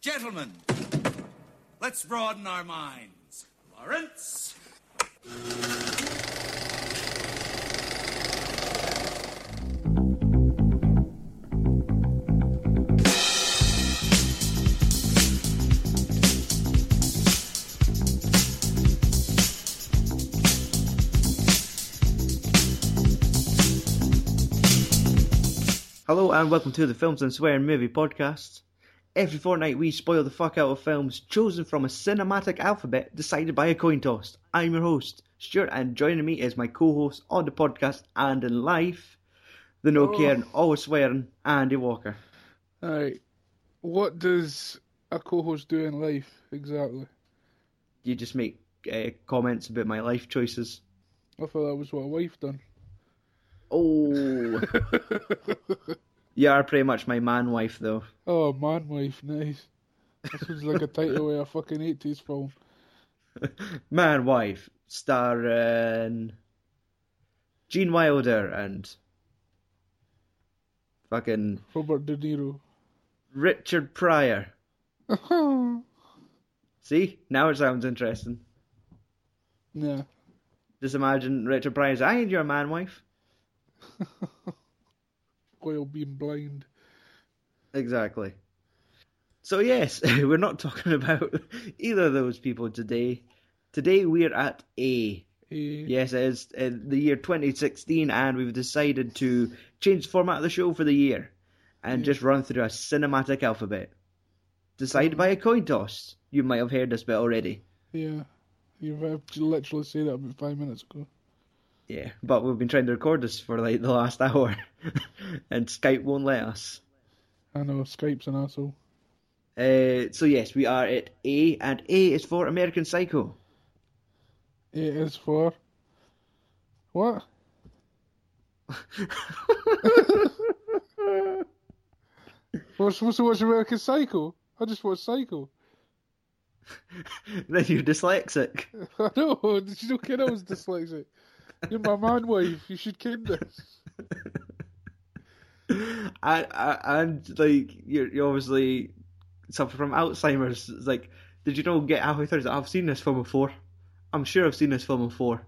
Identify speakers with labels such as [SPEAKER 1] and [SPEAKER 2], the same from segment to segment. [SPEAKER 1] Gentlemen, let's broaden our minds. Lawrence.
[SPEAKER 2] Hello and welcome to the Films and Swearing Movie Podcast. Every fortnight we spoil the fuck out of films chosen from a cinematic alphabet decided by a coin toss. I'm your host, Stuart, and joining me is my co-host on the podcast and in life, the no
[SPEAKER 3] Oh.
[SPEAKER 2] caring, always swearing, Andy Walker.
[SPEAKER 3] All right. What does a co-host do in life exactly?
[SPEAKER 2] You just make uh, comments about my life choices.
[SPEAKER 3] I thought that was what a wife done.
[SPEAKER 2] Oh, you are pretty much my man-wife though.
[SPEAKER 3] oh, man, wife, nice. This was like a title of a fucking eighties film.
[SPEAKER 2] Man-wife, starring Gene Wilder and fucking
[SPEAKER 3] Robert De Niro.
[SPEAKER 2] Richard Pryor.
[SPEAKER 3] nah.
[SPEAKER 2] See, now it sounds interesting. Just imagine Richard Pryor's, I ain't your man wife.
[SPEAKER 3] While being blind.
[SPEAKER 2] Exactly. So, yes, we're not talking about either of those people today. Today we're at A.
[SPEAKER 3] Eh,
[SPEAKER 2] Yes, it is uh, the year 2016, and we've decided to change the format of the show for the year and just run through a cinematic alphabet. Decided by a coin toss. You might have heard this bit already.
[SPEAKER 3] yeah. You've I've j- literally said that about five minutes ago.
[SPEAKER 2] Yeah, but we've been trying to record this for like the last hour, and Skype won't let us.
[SPEAKER 3] I know Skype's an asshole.
[SPEAKER 2] Uh, so yes, we are at A, and A is for American Psycho.
[SPEAKER 3] It is for what? What's what's what's American Psycho? I just watched Psycho.
[SPEAKER 2] then you're dyslexic.
[SPEAKER 3] I know. Did you not kid I was dyslexic? You're my man wife. You should kid this.
[SPEAKER 2] and, and like you're, you obviously suffer from Alzheimer's. It's like, did you know? Get halfway through, it's like, I've seen this film before. I'm sure I've seen this film before.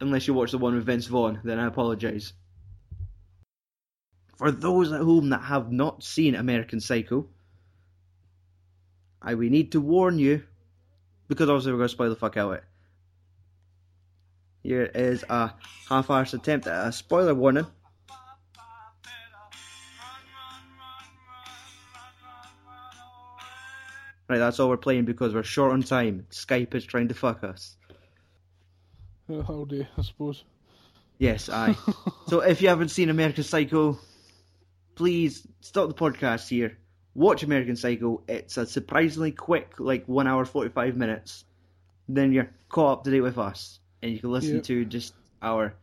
[SPEAKER 2] Unless you watch the one with Vince Vaughn, then I apologise. For those at home that have not seen American Psycho, I we need to warn you, because obviously we're going to spoil the fuck out of it. Here is a half-arsed attempt at a spoiler warning. Right, that's all we're playing because we're short on time. Skype is trying to fuck us.
[SPEAKER 3] All day, Oh, I suppose.
[SPEAKER 2] Yes, aye. so if you haven't seen American Psycho, please stop the podcast here. Watch American Psycho. It's a surprisingly quick, like one hour forty five minutes. Then you're caught up to date with us, and you can listen
[SPEAKER 3] Yep.
[SPEAKER 2] to just our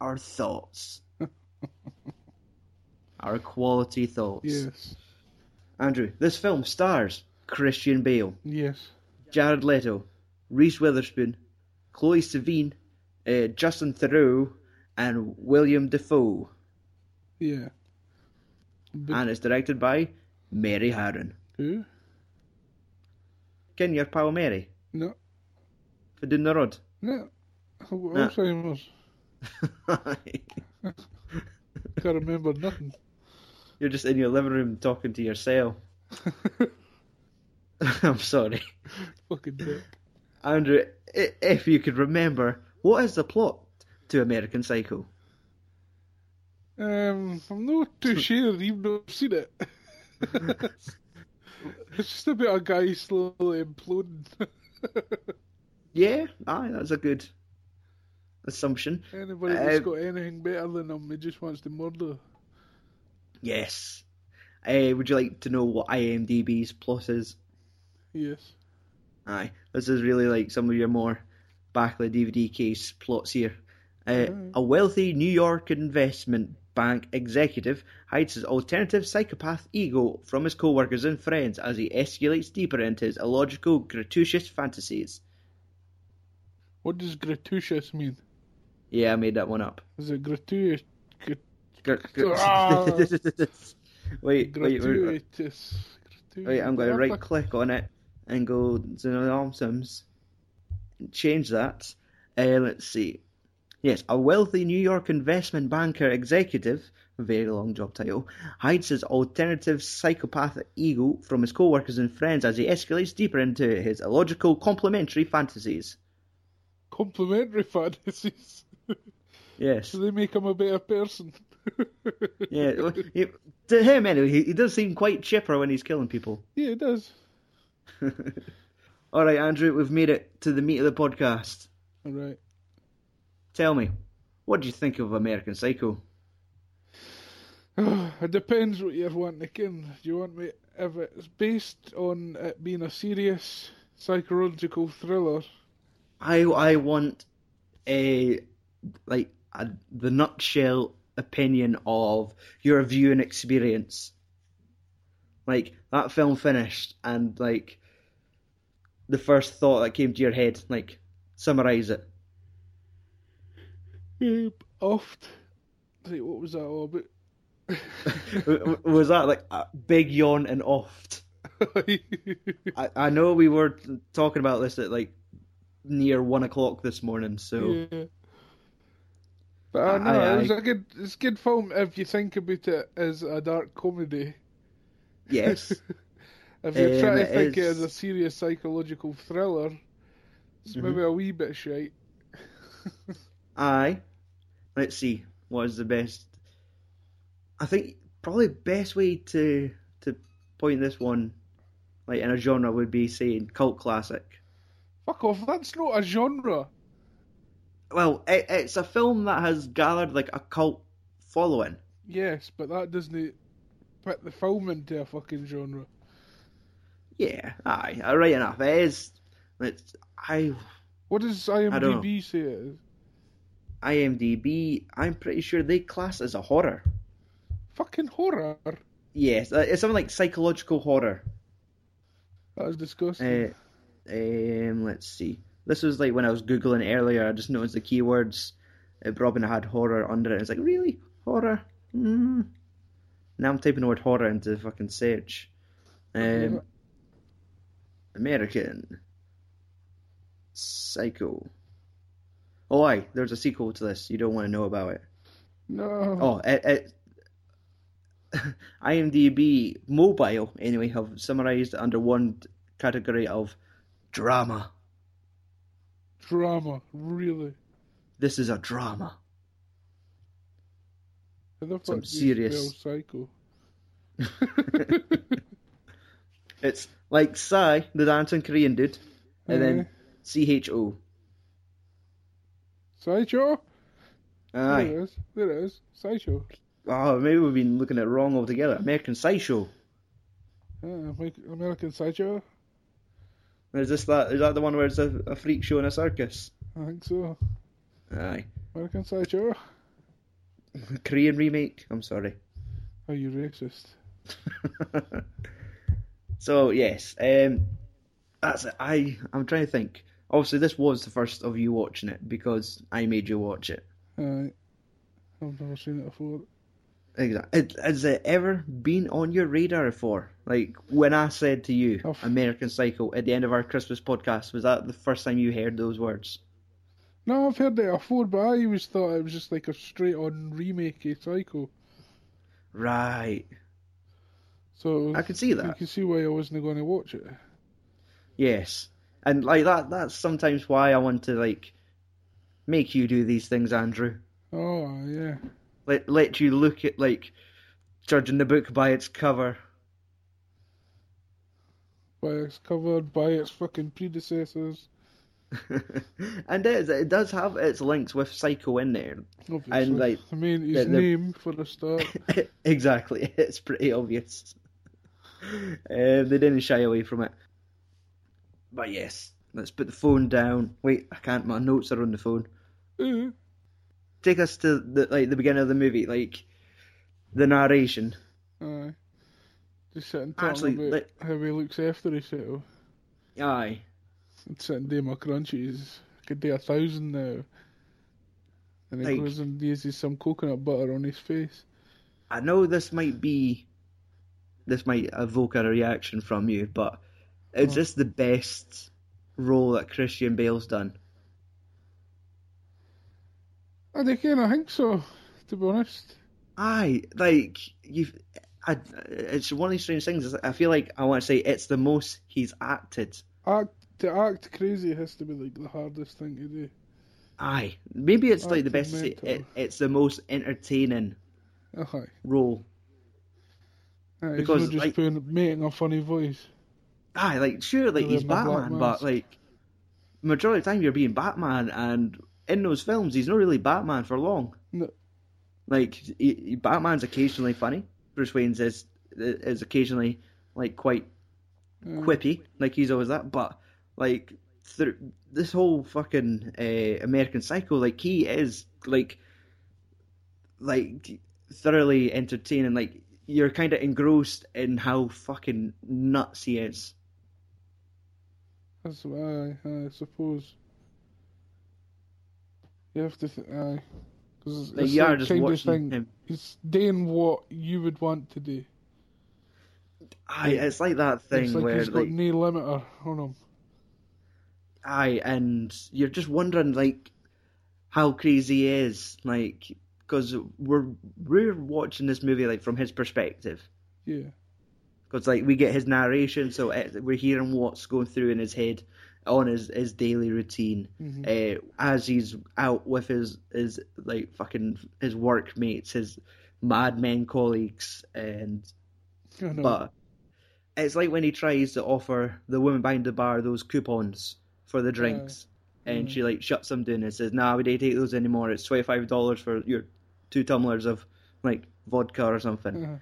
[SPEAKER 2] our thoughts, our quality thoughts.
[SPEAKER 3] Yes.
[SPEAKER 2] Andrew, this film stars Christian Bale,
[SPEAKER 3] Yes.
[SPEAKER 2] Jared Leto, Reese Witherspoon, Chloe Savine, uh, Justin Theroux, and William Defoe.
[SPEAKER 3] Yeah. But
[SPEAKER 2] And it's directed by Mary Harron.
[SPEAKER 3] who?
[SPEAKER 2] Ken your pal Mary
[SPEAKER 3] No.
[SPEAKER 2] for doing the rod.
[SPEAKER 3] No. Alzheimer's. Can't remember nothing.
[SPEAKER 2] You're just in your living room talking to yourself. I'm sorry.
[SPEAKER 3] Fucking dick.
[SPEAKER 2] Andrew, i- if you could remember, what is the plot to American Psycho?
[SPEAKER 3] Um, I'm not too sure, even though I've seen it. it's just about a guy slowly imploding.
[SPEAKER 2] Yeah, aye, that's a good assumption.
[SPEAKER 3] Anybody that's
[SPEAKER 2] Uh,
[SPEAKER 3] got anything better than him, he just wants to murder.
[SPEAKER 2] Yes. Uh, would you like to know what IMDb's plot is?
[SPEAKER 3] Yes.
[SPEAKER 2] Aye, this is really like some of your more backlit DVD case plots here. Uh, A wealthy New York investment bank executive hides his alternative psychopath ego from his co-workers and friends as he escalates deeper into his illogical, gratuitous fantasies.
[SPEAKER 3] What does gratuitous mean?
[SPEAKER 2] Yeah, I made that one up.
[SPEAKER 3] Is it gratuitous?
[SPEAKER 2] Gr- gr-
[SPEAKER 3] Ah.
[SPEAKER 2] Wait, wait, wait, wait,
[SPEAKER 3] Gratuitous.
[SPEAKER 2] wait, I'm going to right click on it and go to the items. Change that. Uh, let's see. Yes, a wealthy New York investment banker executive, very long job title, hides his alternative psychopathic ego from his co workers and friends as he escalates deeper into his illogical complementary fantasies.
[SPEAKER 3] Complimentary fantasies.
[SPEAKER 2] Yes.
[SPEAKER 3] so they make him a better person.
[SPEAKER 2] Yeah. well, he- to him, anyway, he, he does seem quite chipper when he's killing people.
[SPEAKER 3] Yeah, it does.
[SPEAKER 2] All right, Andrew, we've made it to the meat of the podcast.
[SPEAKER 3] All right.
[SPEAKER 2] Tell me, what do you think of American Psycho?
[SPEAKER 3] it depends what you're wanting to kin. Do you want me if it's based on it being a serious psychological thriller?
[SPEAKER 2] I I want a like a, the nutshell opinion of your view and experience. Like that film finished, and like the first thought that came to your head, like summarize it.
[SPEAKER 3] Yeah, oft. Like, what was that all about?
[SPEAKER 2] W- w- Was that like a big yawn and oft?
[SPEAKER 3] yeah,
[SPEAKER 2] I, I know we were talking about this at like near one o'clock this morning, so
[SPEAKER 3] Mm. but I know
[SPEAKER 2] Aye,
[SPEAKER 3] it was
[SPEAKER 2] aye.
[SPEAKER 3] a good, it's a good film if you think about it as a dark comedy.
[SPEAKER 2] yes.
[SPEAKER 3] If you're trying to
[SPEAKER 2] Um,
[SPEAKER 3] think it as a
[SPEAKER 2] it's-
[SPEAKER 3] serious psychological thriller, it's maybe a wee bit shite.
[SPEAKER 2] Aye. Let's see. What is the best? I think probably best way to to point this one, like in a genre, would be saying cult classic.
[SPEAKER 3] Fuck off! That's not a genre.
[SPEAKER 2] Well, it, it's a film that has gathered like a cult following.
[SPEAKER 3] Yes, but that doesn't put the film into a fucking genre.
[SPEAKER 2] Yeah, aye, uh, right enough. It is. It's I
[SPEAKER 3] What does
[SPEAKER 2] don't
[SPEAKER 3] IMDb say it is?
[SPEAKER 2] IMDb. I'm pretty sure they class it as a horror.
[SPEAKER 3] Fucking horror.
[SPEAKER 2] Yes, uh, it's something like psychological horror.
[SPEAKER 3] That was disgusting.
[SPEAKER 2] Uh, um, let's see. This was like when I was googling earlier. I just noticed the keywords. Uh, Robin had horror under it. It's like really horror. Mm. Now I'm typing the word horror into fucking search. Um, American Psycho. Oh, aye, there's a sequel to this. You don't want to know about it.
[SPEAKER 3] no.
[SPEAKER 2] Oh, it, it, IMDb mobile anyway have summarized under one category of drama.
[SPEAKER 3] Drama, really.
[SPEAKER 2] This is a drama.
[SPEAKER 3] How
[SPEAKER 2] Some
[SPEAKER 3] the fuck do you
[SPEAKER 2] serious-
[SPEAKER 3] spell psycho.
[SPEAKER 2] It's like Psy, the dancing Korean dude, and then C H O.
[SPEAKER 3] Sideshow?
[SPEAKER 2] Aye.
[SPEAKER 3] There it is. There it is. Sideshow.
[SPEAKER 2] Oh, maybe we've been looking at it wrong altogether. American Sideshow.
[SPEAKER 3] Ah, Amer- American Sideshow?
[SPEAKER 2] Is this that? Is that the one where it's a, a freak show in a circus?
[SPEAKER 3] I think so.
[SPEAKER 2] Aye.
[SPEAKER 3] American Sideshow?
[SPEAKER 2] Korean remake. I'm sorry.
[SPEAKER 3] Are you racist?
[SPEAKER 2] so yes, um, that's it. I I'm trying to think. Obviously, this was the first of you watching it because I made you watch it.
[SPEAKER 3] Aye. I've never seen it before.
[SPEAKER 2] Exactly. Has it ever been on your radar before? Like when I said to you,
[SPEAKER 3] Oh, f-
[SPEAKER 2] "American Psycho" at the end of our Christmas podcast, was that the first time you heard those words?
[SPEAKER 3] No, I've heard it before, but I always thought it was just like a straight on remake of Psycho.
[SPEAKER 2] Right.
[SPEAKER 3] So
[SPEAKER 2] I could see
[SPEAKER 3] you
[SPEAKER 2] that.
[SPEAKER 3] can see why I wasn't going to watch it.
[SPEAKER 2] Yes, and like that. That's sometimes why I want to like make you do these things, Andrew.
[SPEAKER 3] Oh, yeah.
[SPEAKER 2] let let you look at like judging the book by its cover.
[SPEAKER 3] By its covered, by its fucking predecessors.
[SPEAKER 2] and it, is- it does have its links with Psycho in there.
[SPEAKER 3] Obviously.
[SPEAKER 2] And, like,
[SPEAKER 3] I mean, his
[SPEAKER 2] the- the-
[SPEAKER 3] name for a start.
[SPEAKER 2] exactly, it's pretty obvious. Uh, they didn't shy away from it. But yes, let's put the phone down. Wait, I can't. My notes are on the phone.
[SPEAKER 3] Eh,
[SPEAKER 2] Take us to the like the beginning of the movie, like the narration.
[SPEAKER 3] Aye. Just sitting talking
[SPEAKER 2] Actually,
[SPEAKER 3] about
[SPEAKER 2] like-
[SPEAKER 3] how he looks after himself.
[SPEAKER 2] Aye,
[SPEAKER 3] And sitting doing my crunchies. Could do a thousand now. And he
[SPEAKER 2] Like-
[SPEAKER 3] goes and uses some coconut butter on his face.
[SPEAKER 2] I know this might be this might evoke a reaction from you, but is this the best role that Christian Bale's done?
[SPEAKER 3] I kind of think so, to be honest.
[SPEAKER 2] Aye, like you, I, it's one of these strange things. is I feel like I want to say it's the most he's acted.
[SPEAKER 3] Act to act crazy has to be like the hardest thing to do.
[SPEAKER 2] Aye, maybe it's like the
[SPEAKER 3] Acted
[SPEAKER 2] best. To say,
[SPEAKER 3] mental.
[SPEAKER 2] it, it's the most entertaining
[SPEAKER 3] Aye.
[SPEAKER 2] role.
[SPEAKER 3] Aye,
[SPEAKER 2] Because,
[SPEAKER 3] he's not just
[SPEAKER 2] like-
[SPEAKER 3] putting, making a funny voice.
[SPEAKER 2] Aye, Ah, like sure, like
[SPEAKER 3] You're
[SPEAKER 2] he's
[SPEAKER 3] wearing my black
[SPEAKER 2] Batman, but
[SPEAKER 3] mask.
[SPEAKER 2] like majority of the time you're being Batman, and in those films he's not really Batman for long.
[SPEAKER 3] No.
[SPEAKER 2] Like he, he- Batman's occasionally funny. Bruce Wayne's is is occasionally like quite
[SPEAKER 3] Aye.
[SPEAKER 2] quippy, like he's always that. But like th- this whole fucking uh, American Psycho, like he is like like thoroughly entertaining. Like you're kind of engrossed in how fucking nuts he is.
[SPEAKER 3] That's why I, I suppose you have to. Th- aye, because
[SPEAKER 2] Like
[SPEAKER 3] it's
[SPEAKER 2] you are
[SPEAKER 3] that
[SPEAKER 2] just
[SPEAKER 3] kind of
[SPEAKER 2] watching
[SPEAKER 3] thing.
[SPEAKER 2] him.
[SPEAKER 3] It's doing what you would want to do.
[SPEAKER 2] Aye, it's like that
[SPEAKER 3] it's
[SPEAKER 2] thing
[SPEAKER 3] like
[SPEAKER 2] where
[SPEAKER 3] he's
[SPEAKER 2] like
[SPEAKER 3] got no limiter on him.
[SPEAKER 2] aye, and you're just wondering like how crazy he is, like because we're we're watching this movie like from his perspective.
[SPEAKER 3] Yeah,
[SPEAKER 2] because like we get his narration, so it, we're hearing what's going through in his head on his, his daily routine
[SPEAKER 3] Mm-hmm.
[SPEAKER 2] uh, as he's out with his his like fucking his workmates, his madmen colleagues, and
[SPEAKER 3] I know.
[SPEAKER 2] but it's like when he tries to offer the woman behind the bar those coupons for the drinks, and she like shuts him down and says, "Nah, we don't take those anymore. It's twenty five dollars for your two tumblers of like vodka or something."
[SPEAKER 3] Uh-huh.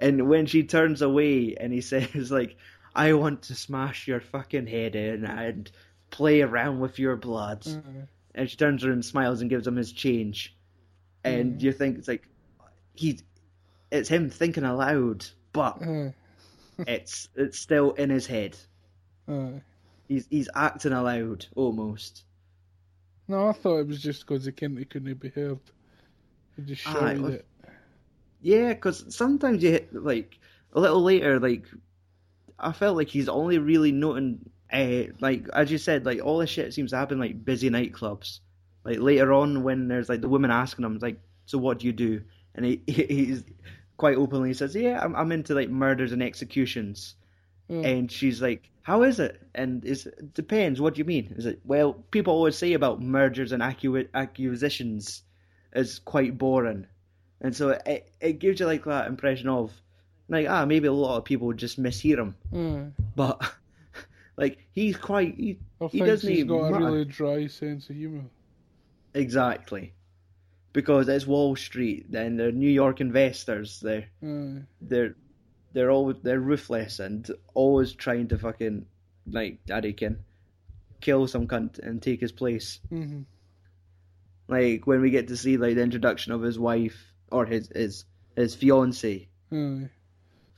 [SPEAKER 2] And when she turns away and he says, like, I want to smash your fucking head in and play around with your bloods.
[SPEAKER 3] Aye.
[SPEAKER 2] And she turns around and smiles and gives him his change. And you think it's like, he, it's him thinking aloud, but
[SPEAKER 3] Aye.
[SPEAKER 2] it's it's still in his head.
[SPEAKER 3] Aye.
[SPEAKER 2] He's he's acting aloud almost.
[SPEAKER 3] No, I thought it was just because he couldn't, he couldn't be heard. He just
[SPEAKER 2] Aye,
[SPEAKER 3] shouted
[SPEAKER 2] well-
[SPEAKER 3] it.
[SPEAKER 2] Yeah, because sometimes you hit, like a little later, like I felt like he's only really noting, uh, like as you said, like all this shit seems to happen like busy nightclubs. Like later on, when there's like the woman asking him, like, "So what do you do?" and he he's quite openly says, "Yeah, I'm I'm into like murders and executions."
[SPEAKER 3] Yeah.
[SPEAKER 2] And she's like, "How is it?" And it's it depends. What do you mean? Is it well? People always say about mergers and accu- accusations is quite boring, and so it it gives you like that impression of like ah maybe a lot of people would just mishear him,
[SPEAKER 3] Aye.
[SPEAKER 2] but like he's quite he,
[SPEAKER 3] I
[SPEAKER 2] he
[SPEAKER 3] think
[SPEAKER 2] doesn't
[SPEAKER 3] he's
[SPEAKER 2] even
[SPEAKER 3] got a
[SPEAKER 2] matter.
[SPEAKER 3] really dry sense of humour.
[SPEAKER 2] exactly because it's Wall Street and they're New York investors they're
[SPEAKER 3] Aye.
[SPEAKER 2] they're they're all they're ruthless and always trying to fucking like daddy can kill some cunt and take his place.
[SPEAKER 3] Mhm.
[SPEAKER 2] Like when we get to see like the introduction of his wife or his his his fiance,
[SPEAKER 3] Aye.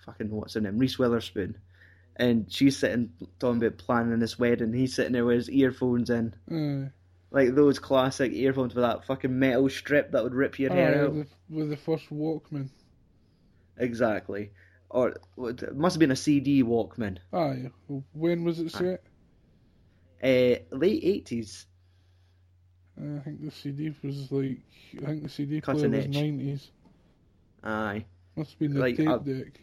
[SPEAKER 2] fucking what's her name, Reese Witherspoon, and she's sitting talking about planning this wedding. He's sitting there with his earphones in,
[SPEAKER 3] Aye.
[SPEAKER 2] like those classic earphones with that fucking metal strip that would rip your hair
[SPEAKER 3] Aye,
[SPEAKER 2] out.
[SPEAKER 3] the, Oh, with the first Walkman.
[SPEAKER 2] Exactly. Or it must have been a CD Walkman.
[SPEAKER 3] Aye. When was it set?
[SPEAKER 2] Uh, late eighties.
[SPEAKER 3] Uh, I think the CD was like I think the CD
[SPEAKER 2] Cutting
[SPEAKER 3] player was
[SPEAKER 2] edge.
[SPEAKER 3] nineties.
[SPEAKER 2] Aye.
[SPEAKER 3] Must have been the
[SPEAKER 2] Like,
[SPEAKER 3] tape
[SPEAKER 2] uh,
[SPEAKER 3] deck,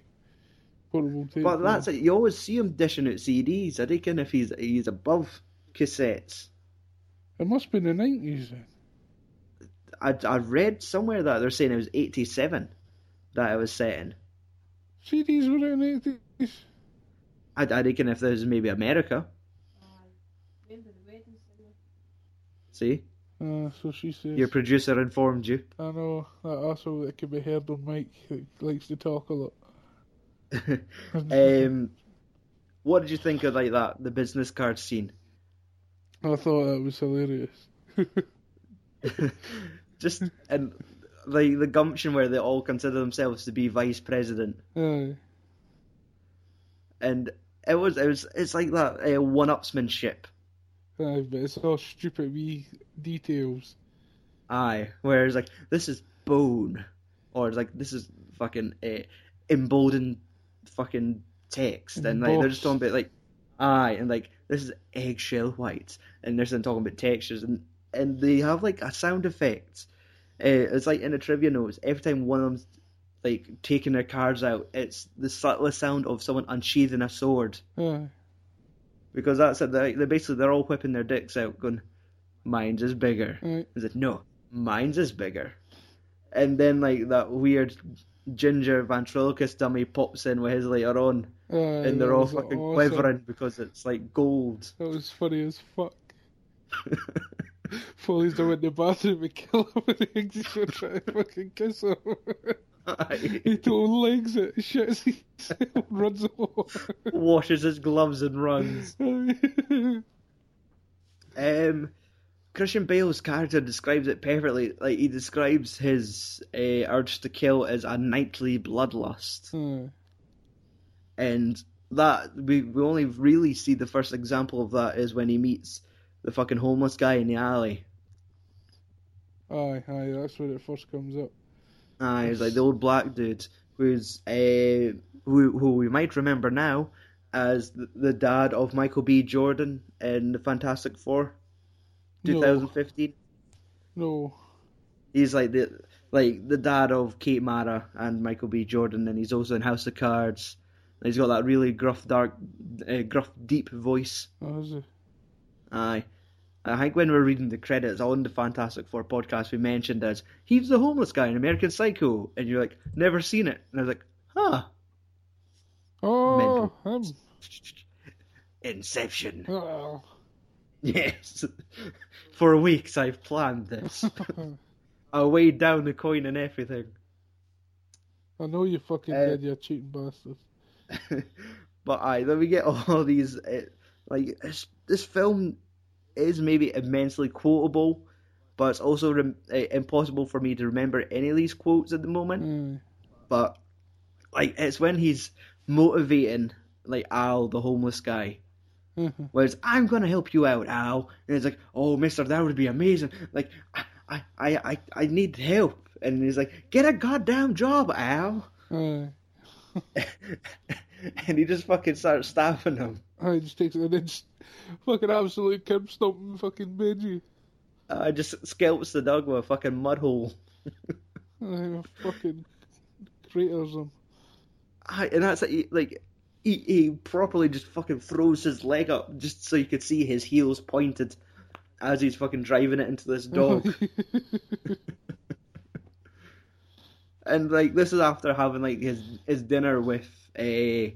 [SPEAKER 3] portable tape.
[SPEAKER 2] But that's
[SPEAKER 3] deck.
[SPEAKER 2] it. You always see him dishing out CDs. I reckon if he's he's above cassettes.
[SPEAKER 3] it. Must have been the nineties then.
[SPEAKER 2] I I read somewhere that they're saying it was eighty seven that it was setting.
[SPEAKER 3] CDs were out in the eighties.
[SPEAKER 2] I, I reckon if this is maybe America,
[SPEAKER 4] Remember the wedding singer?
[SPEAKER 2] see
[SPEAKER 3] Uh, so she says.
[SPEAKER 2] your producer informed you.
[SPEAKER 3] I know that asshole that can be heard on mic that likes to talk a lot.
[SPEAKER 2] Um, what did you think of like that the business card scene?
[SPEAKER 3] I thought that was hilarious.
[SPEAKER 2] Just and like the gumption where they all consider themselves to be vice president.
[SPEAKER 3] Aye.
[SPEAKER 2] and it was it was it's like that uh, one-upsmanship.
[SPEAKER 3] Aye, but it's all stupid wee details.
[SPEAKER 2] Aye, where it's like this is bone, or it's like this is fucking uh, eh, emboldened fucking text,
[SPEAKER 3] In
[SPEAKER 2] and,
[SPEAKER 3] the
[SPEAKER 2] like they're
[SPEAKER 3] box.
[SPEAKER 2] just talking about like, aye, and like this is eggshell white, and they're still talking about textures, and and they have like a sound effect. Uh, it's like in the trivia notes. Every time one of them's like taking their cards out, it's the subtlest sound of someone unsheathing a sword
[SPEAKER 3] Aye.
[SPEAKER 2] because that's it. They they basically they're all whipping their dicks out, going, "Mine's is bigger."
[SPEAKER 3] Right.
[SPEAKER 2] Is it no? Mine's is bigger. And then like that weird ginger ventriloquist dummy pops in with his later on,
[SPEAKER 3] Aye,
[SPEAKER 2] and they're
[SPEAKER 3] that
[SPEAKER 2] all
[SPEAKER 3] was
[SPEAKER 2] fucking
[SPEAKER 3] Mm, awesome.
[SPEAKER 2] quivering because it's like gold.
[SPEAKER 3] That was funny as fuck. Foley's down in the bathroom and kill him with the eggs and try to fucking kiss him. he totally legs it, shits himself, runs away.
[SPEAKER 2] Washes his gloves and runs. Um, Christian Bale's character describes it perfectly. Like he describes his uh, urge to kill as a nightly bloodlust.
[SPEAKER 3] Aye.
[SPEAKER 2] and that we, we only really see the first example of that is when he meets the fucking homeless guy in the alley.
[SPEAKER 3] aye, aye, that's when it first comes up.
[SPEAKER 2] Ah, he's like the old black dude who's uh, who who we might remember now as the, the dad of Michael B. Jordan in the Fantastic Four,
[SPEAKER 3] No.
[SPEAKER 2] 2015.
[SPEAKER 3] No.
[SPEAKER 2] He's like the like the dad of Kate Mara and Michael B. Jordan, and he's also in House of Cards. And he's got that really gruff, dark, uh, gruff, deep voice.
[SPEAKER 3] That was a...
[SPEAKER 2] Aye. I think when we were reading the credits on the Fantastic Four podcast, we mentioned as he's the homeless guy in American Psycho, and you're like, never seen it, and I was like, huh,
[SPEAKER 3] Oh, him.
[SPEAKER 2] Inception.
[SPEAKER 3] Oh.
[SPEAKER 2] Yes, for weeks I've planned this. I weighed down the coin and everything.
[SPEAKER 3] I know you fucking
[SPEAKER 2] Uh,
[SPEAKER 3] did, you cheating bastard.
[SPEAKER 2] but aye, then we get all these uh, like this, this film is maybe immensely quotable, but it's also rem- uh, impossible for me to remember any of these quotes at the moment.
[SPEAKER 3] Aye.
[SPEAKER 2] But like it's when he's motivating like Al, the homeless guy. Whereas I'm gonna help you out, Al, and it's like, oh, Mister, that would be amazing. Like, I, I, I, I need help, and he's like, get a goddamn job, Al,
[SPEAKER 3] Aye.
[SPEAKER 2] and he just fucking starts stabbing him.
[SPEAKER 3] Aye, just takes it and then just fucking absolute Kim stomping fucking Benji.
[SPEAKER 2] I just scalps the dog with a fucking mud hole.
[SPEAKER 3] Aye, fucking craters him.
[SPEAKER 2] I, and that's like, he- like he, he properly just fucking throws his leg up just so you could see his heels pointed as he's fucking driving it into this dog. and like this is after having like his his dinner with uh,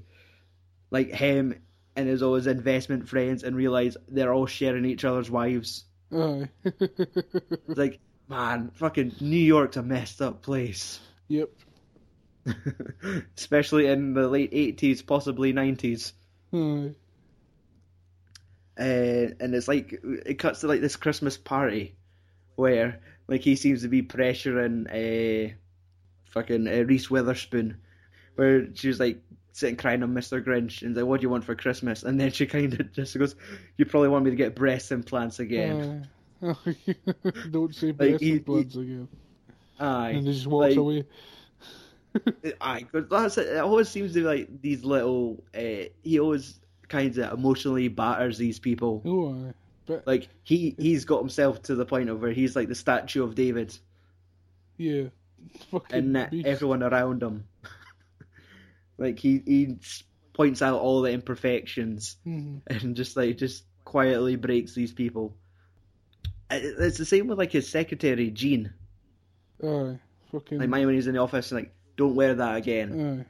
[SPEAKER 2] like him and his all his investment friends and realize they're all sharing each other's wives.
[SPEAKER 3] Aye.
[SPEAKER 2] It's like man, fucking New York's a messed up place.
[SPEAKER 3] yep.
[SPEAKER 2] especially in the late 80s, possibly 90s.
[SPEAKER 3] Aye.
[SPEAKER 2] Uh, and it's like it cuts to like this Christmas party where like he seems to be pressuring uh, fucking uh, Reese Witherspoon, where she was like sitting crying on Mr. Grinch and like, "What do you want for Christmas?" And then she kind of just goes, "You probably want me to get breast implants again."
[SPEAKER 3] Aye. Don't say breast
[SPEAKER 2] he-
[SPEAKER 3] implants again.
[SPEAKER 2] Aye,
[SPEAKER 3] And he just walks
[SPEAKER 2] Like,
[SPEAKER 3] away.
[SPEAKER 2] Aye, 'cause that's it. It always seems to be like these little. Uh, he always kind of emotionally batters these people.
[SPEAKER 3] Oh, aye. But,
[SPEAKER 2] Like he he's got himself to the point of where he's like the statue of David,
[SPEAKER 3] yeah. Fucking
[SPEAKER 2] and that
[SPEAKER 3] beast.
[SPEAKER 2] everyone around him. like he he s- points out all the imperfections
[SPEAKER 3] Mhm.
[SPEAKER 2] and just like just quietly breaks these people. I- It's the same with like his secretary Jean.
[SPEAKER 3] Aye. Fucking.
[SPEAKER 2] Like mine when he's in the office, like don't wear that again.
[SPEAKER 3] Aye.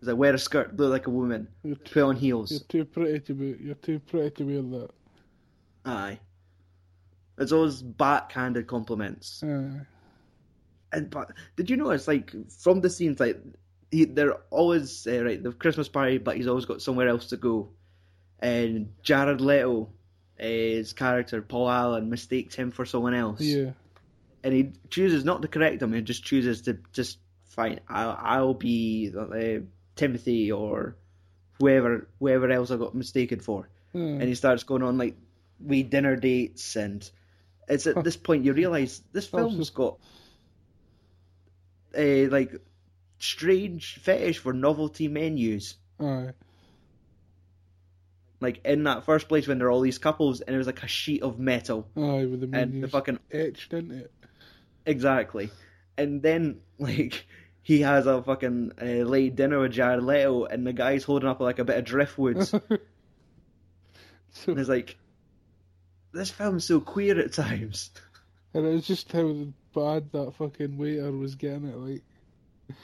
[SPEAKER 2] He's like wear a skirt, look like a woman,
[SPEAKER 3] You're,
[SPEAKER 2] put on heels.
[SPEAKER 3] you're too pretty to be. You're too pretty to wear that.
[SPEAKER 2] Aye. It's always backhanded compliments.
[SPEAKER 3] Aye.
[SPEAKER 2] And but did you notice, like from the scenes, like he, they're always uh, right the Christmas party, but he's always got somewhere else to go. And Jared Leto, uh, his character Paul Allen, mistakes him for someone else,
[SPEAKER 3] Yeah.
[SPEAKER 2] and he chooses not to correct him. He just chooses to just fine. I'll, I'll be uh, Timothy or whoever whoever else I got mistaken for
[SPEAKER 3] Aye.
[SPEAKER 2] and he starts going on like wee dinner dates and it's at this point you realize this
[SPEAKER 3] That was
[SPEAKER 2] film's got a eh, like strange fetish for novelty menus.
[SPEAKER 3] Aye.
[SPEAKER 2] Like in that first place when there are all these couples and it was like a sheet of metal
[SPEAKER 3] Aye, with the
[SPEAKER 2] and
[SPEAKER 3] menus
[SPEAKER 2] the fucking
[SPEAKER 3] etched into it.
[SPEAKER 2] Exactly. And then, like, he has a fucking uh, late dinner with Jared Leto, and the guy's holding up like a bit of driftwood. and
[SPEAKER 3] so,
[SPEAKER 2] it's like, this film's so queer at times.
[SPEAKER 3] and it was just how bad that fucking waiter was getting it. Like,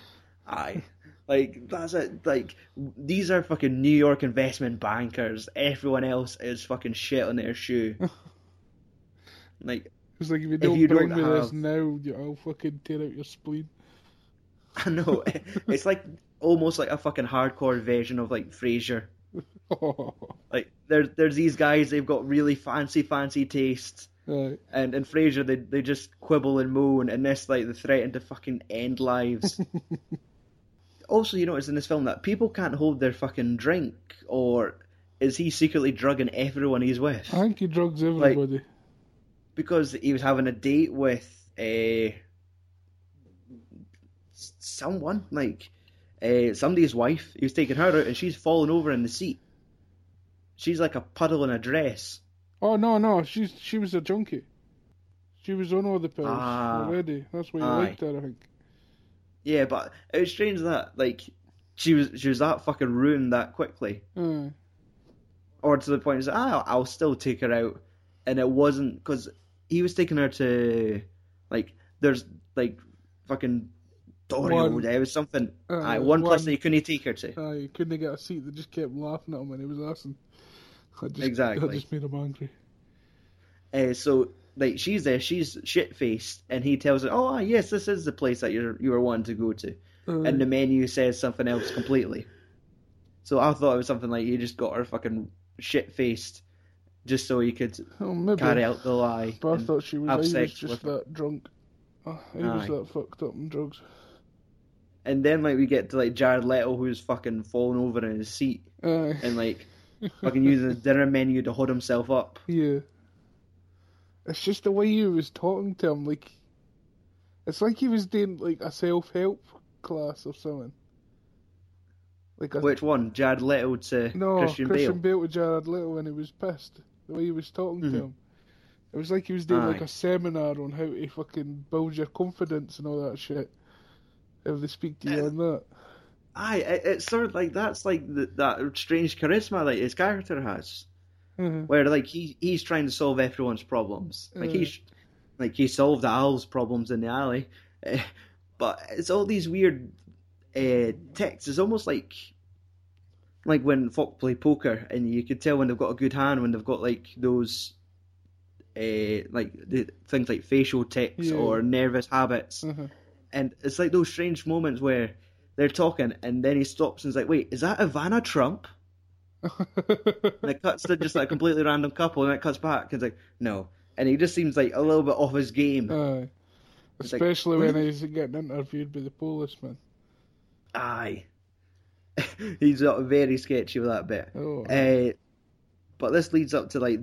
[SPEAKER 2] Aye. Like, that's it. Like, these are fucking New York investment bankers. Everyone else is fucking shit on their shoe. like,
[SPEAKER 3] it's like if you don't
[SPEAKER 2] you
[SPEAKER 3] bring
[SPEAKER 2] don't
[SPEAKER 3] me this
[SPEAKER 2] have-
[SPEAKER 3] now, you- I'll fucking tear out your spleen.
[SPEAKER 2] I know. It's like almost like a fucking hardcore version of, like, Frasier. Like, there, there's these guys, they've got really fancy, fancy tastes.
[SPEAKER 3] Aye.
[SPEAKER 2] And in Frasier, they they just quibble and moan, and this like they threaten to fucking end lives. also, you notice in this film that people can't hold their fucking drink, or is he secretly drugging everyone he's with?
[SPEAKER 3] I think he drugs everybody.
[SPEAKER 2] Because he was having a date with uh, a someone like uh, somebody's wife. He was taking her out, and she's fallen over in the seat. She's like a puddle in a dress.
[SPEAKER 3] Oh no, no, she's she was a junkie. She was on all the pills
[SPEAKER 2] Ah.
[SPEAKER 3] already. That's why you
[SPEAKER 2] Aye.
[SPEAKER 3] liked her, I think.
[SPEAKER 2] Yeah, but it was strange that like she was she was that fucking ruined that quickly,
[SPEAKER 3] Aye.
[SPEAKER 2] or to the point it's like, ah, I'll still take her out, and it wasn't because he was taking her to like there's like fucking Dorio
[SPEAKER 3] One.
[SPEAKER 2] there was something
[SPEAKER 3] Uh,
[SPEAKER 2] aye, one,
[SPEAKER 3] one.
[SPEAKER 2] place that you couldn't take her to.
[SPEAKER 3] Aye, he couldn't get a seat. They just kept laughing at him and he was asking. I just,
[SPEAKER 2] Exactly.
[SPEAKER 3] I just made him angry.
[SPEAKER 2] Uh, so like she's there, she's shit faced, and he tells her, oh ah, yes, this is the place that you you were wanting to go to, and the menu says something else completely. So I thought it was something like you just got her fucking shit faced, just so you could
[SPEAKER 3] oh, maybe.
[SPEAKER 2] carry out the lie.
[SPEAKER 3] But I
[SPEAKER 2] And-
[SPEAKER 3] thought she was,
[SPEAKER 2] have
[SPEAKER 3] I was
[SPEAKER 2] sex
[SPEAKER 3] just
[SPEAKER 2] with her.
[SPEAKER 3] that drunk. Oh, he was
[SPEAKER 2] Aye.
[SPEAKER 3] that fucked up on drugs.
[SPEAKER 2] And then like we get to like Jared Leto who's fucking falling over in his seat
[SPEAKER 3] Aye.
[SPEAKER 2] and like fucking using his dinner menu to hold himself up.
[SPEAKER 3] Yeah. It's just the way he was talking to him, like it's like he was doing like a self help class or something. Like a
[SPEAKER 2] Which one? Jared Leto to
[SPEAKER 3] no
[SPEAKER 2] Christian, Bale.
[SPEAKER 3] with Jared Little when he was pissed. The way he was talking to
[SPEAKER 2] Mhm.
[SPEAKER 3] him. It was like he was doing like
[SPEAKER 2] Aye.
[SPEAKER 3] a seminar on how to fucking build your confidence and all that shit. If they speak to you
[SPEAKER 2] Uh,
[SPEAKER 3] on that.
[SPEAKER 2] Aye, it, it's sort of like that's like the, that strange charisma that his character has,
[SPEAKER 3] Mhm.
[SPEAKER 2] where like he he's trying to solve everyone's problems. Like
[SPEAKER 3] Mm.
[SPEAKER 2] he's like he solved the owl's problems in the alley, eh, but it's all these weird uh, texts. It's almost like like when folk play poker, and you could tell when they've got a good hand when they've got like those. Uh, like the things like facial tics
[SPEAKER 3] Yeah.
[SPEAKER 2] or nervous habits,
[SPEAKER 3] Mhm.
[SPEAKER 2] and it's like those strange moments where they're talking, and then he stops and's like, "Wait, is that Ivana Trump?" And it cuts to just like a completely random couple, and it cuts back. And it's like, "No," and he just seems like a little bit off his game.
[SPEAKER 3] Aye.
[SPEAKER 2] It's like,
[SPEAKER 3] Especially
[SPEAKER 2] what
[SPEAKER 3] when he's getting interviewed by the policeman.
[SPEAKER 2] Aye, he's uh, very sketchy with that bit.
[SPEAKER 3] Oh,
[SPEAKER 2] Uh, but this leads up to like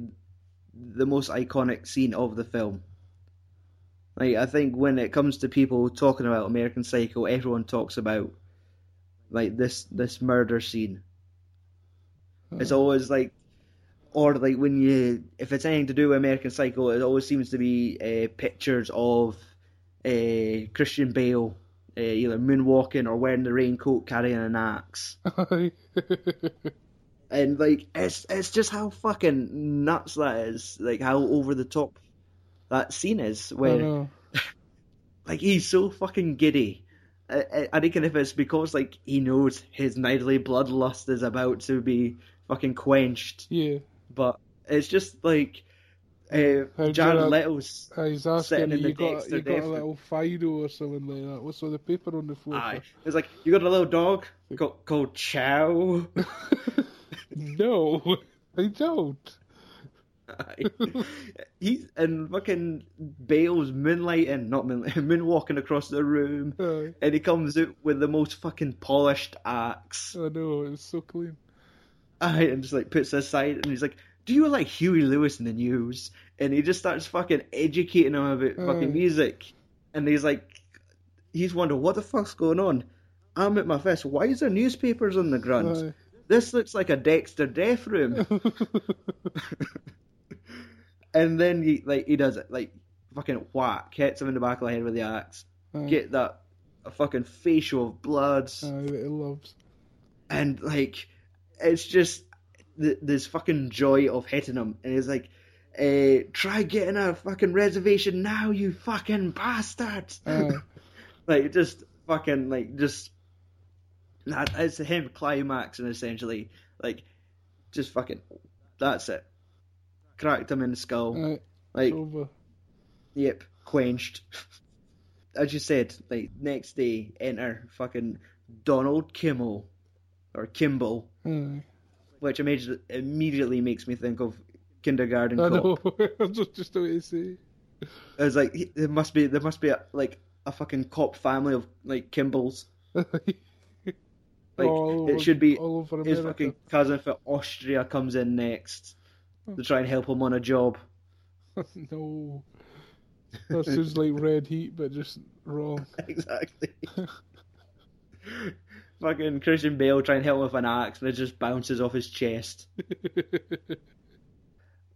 [SPEAKER 2] the most iconic scene of the film. Like I think when it comes to people talking about American Psycho, everyone talks about like this this murder scene. It's always like, or like when you if it's anything to do with American Psycho, it always seems to be uh, pictures of uh, Christian Bale uh, either moonwalking or wearing the raincoat, carrying an axe
[SPEAKER 3] Aye.
[SPEAKER 2] and like it's it's just how fucking nuts that is, like how over the top that scene is,
[SPEAKER 3] I
[SPEAKER 2] where
[SPEAKER 3] know.
[SPEAKER 2] like he's so fucking giddy. I, I- I reckon if it's because like he knows his nightly bloodlust is about to be fucking quenched,
[SPEAKER 3] Yeah.
[SPEAKER 2] but it's just like uh,
[SPEAKER 3] How
[SPEAKER 2] Jared
[SPEAKER 3] Jared-
[SPEAKER 2] Leto's.
[SPEAKER 3] Aye, Uh, he's asking
[SPEAKER 2] Sitting
[SPEAKER 3] you,
[SPEAKER 2] in the
[SPEAKER 3] you got
[SPEAKER 2] next
[SPEAKER 3] you
[SPEAKER 2] to
[SPEAKER 3] got a
[SPEAKER 2] Dave.
[SPEAKER 3] little Fido or something like that. What's all the paper on the floor?
[SPEAKER 2] Aye. It's like you got a little dog co- called Chow.
[SPEAKER 3] for?" no, I don't.
[SPEAKER 2] Aye. He's and fucking Bale's moonlighting, not moonlighting, moonwalking across the room.
[SPEAKER 3] Aye.
[SPEAKER 2] and he comes out with the most fucking polished axe.
[SPEAKER 3] I know it's so clean.
[SPEAKER 2] Aye, and just like puts it aside and he's like, Do you like Huey Lewis in the news? And he just starts fucking educating him about
[SPEAKER 3] Aye.
[SPEAKER 2] fucking music. And he's like he's wondering what the fuck's going on. I'm at my fist. Why is there newspapers on the ground?
[SPEAKER 3] Aye.
[SPEAKER 2] This looks like a Dexter death room. and then he like he does it like fucking whack, hits him in the back of the head with the axe.
[SPEAKER 3] Aye.
[SPEAKER 2] Get that a fucking facial of blood,
[SPEAKER 3] Aye, that he loves.
[SPEAKER 2] and like it's just th- this fucking joy of hitting him. And he's like, eh, "Try getting a fucking reservation now, you fucking bastard!"
[SPEAKER 3] Aye.
[SPEAKER 2] like just fucking like just that it's him climaxing essentially like just fucking that's it cracked him in the skull
[SPEAKER 3] Aye.
[SPEAKER 2] like
[SPEAKER 3] Over.
[SPEAKER 2] yep quenched as you said like next day enter fucking donald kimmel or kimball
[SPEAKER 3] Aye.
[SPEAKER 2] which imag- immediately makes me think of kindergarten
[SPEAKER 3] I
[SPEAKER 2] cop
[SPEAKER 3] know. That's what- just the way to say.
[SPEAKER 2] i was like he- there must be there must be a, like a fucking cop family of like kimballs
[SPEAKER 3] it.
[SPEAKER 2] Like
[SPEAKER 3] All
[SPEAKER 2] it
[SPEAKER 3] over-
[SPEAKER 2] should be
[SPEAKER 3] all over
[SPEAKER 2] his
[SPEAKER 3] Oh, America.
[SPEAKER 2] fucking cousin for Austria comes in next to try and help him on a job.
[SPEAKER 3] no. That sounds like red heat, but just wrong.
[SPEAKER 2] Exactly. fucking Christian Bale trying to help him with an axe and it just bounces off his chest.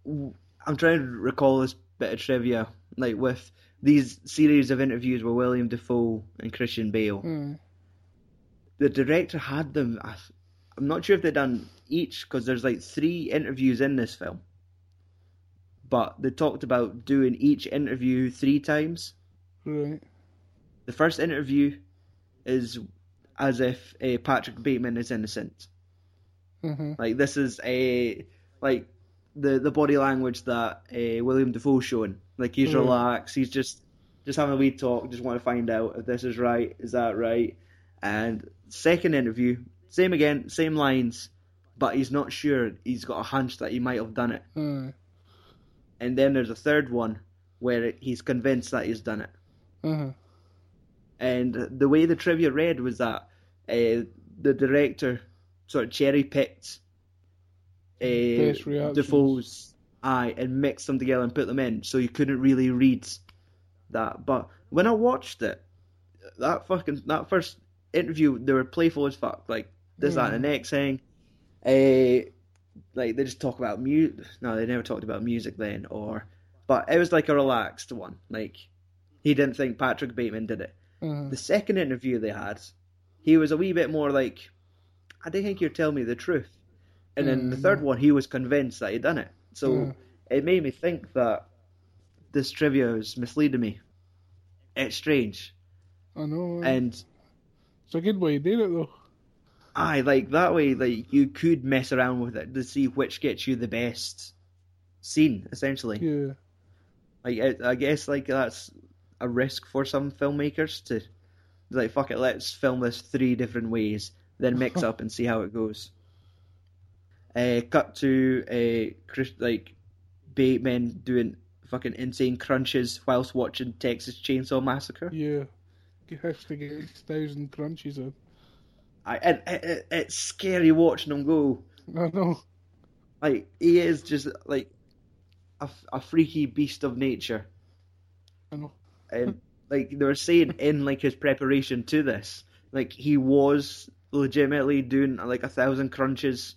[SPEAKER 2] I'm trying to recall this bit of trivia, like with these series of interviews with William Defoe and Christian Bale.
[SPEAKER 3] Aye.
[SPEAKER 2] the director had them. I, I'm not sure if they done each because there's like three interviews in this film, but they talked about doing each interview three times.
[SPEAKER 3] Right.
[SPEAKER 2] The first interview is as if uh, Patrick Bateman is innocent.
[SPEAKER 3] Uh-huh.
[SPEAKER 2] Like this is a like the the body language that uh, William Defoe's showing. Like he's
[SPEAKER 3] Mm.
[SPEAKER 2] relaxed. He's just just having a wee talk. Just want to find out if this is right. Is that right? And second interview, same again, same lines, but he's not sure. He's got a hunch that he might have done it.
[SPEAKER 3] Aye.
[SPEAKER 2] And then there's a third one where it, he's convinced that he's done it.
[SPEAKER 3] Uh-huh.
[SPEAKER 2] And the way the trivia read was that uh, the director sort of cherry picked uh,
[SPEAKER 3] Best reactions.
[SPEAKER 2] Defoe's eye and mixed them together and put them in, so you couldn't really read that. But when I watched it, that fucking that first interview, they were playful as fuck. Like this, that, and the next thing. Uh, like they just talk about music. No, they never talked about music then, or but it was like a relaxed one. Like he didn't think Patrick Bateman did it
[SPEAKER 3] Uh-huh.
[SPEAKER 2] the second interview they had, he was a wee bit more like, I don't think you're telling me the truth. And then the third one, he was convinced that he'd done it. So
[SPEAKER 3] Mm.
[SPEAKER 2] it made me think that this trivia is misleading me. It's strange.
[SPEAKER 3] I know. aye.
[SPEAKER 2] And
[SPEAKER 3] It's a good way you did it, though.
[SPEAKER 2] I like that way, like you could mess around with it to see which gets you the best scene, essentially.
[SPEAKER 3] Yeah.
[SPEAKER 2] Like I, I guess like that's a risk for some filmmakers to like fuck it, let's film this three different ways, then mix up and see how it goes. Uh, cut to uh, Chris, like Bateman doing fucking insane crunches whilst watching Texas Chainsaw Massacre.
[SPEAKER 3] Yeah. You have to get 6,000 crunches in.
[SPEAKER 2] I, and it, it, it's scary watching him go.
[SPEAKER 3] I know.
[SPEAKER 2] Like he is just like a, f- a freaky beast of nature.
[SPEAKER 3] I know.
[SPEAKER 2] and um, like they were saying in like his preparation to this, like he was legitimately doing like a thousand crunches.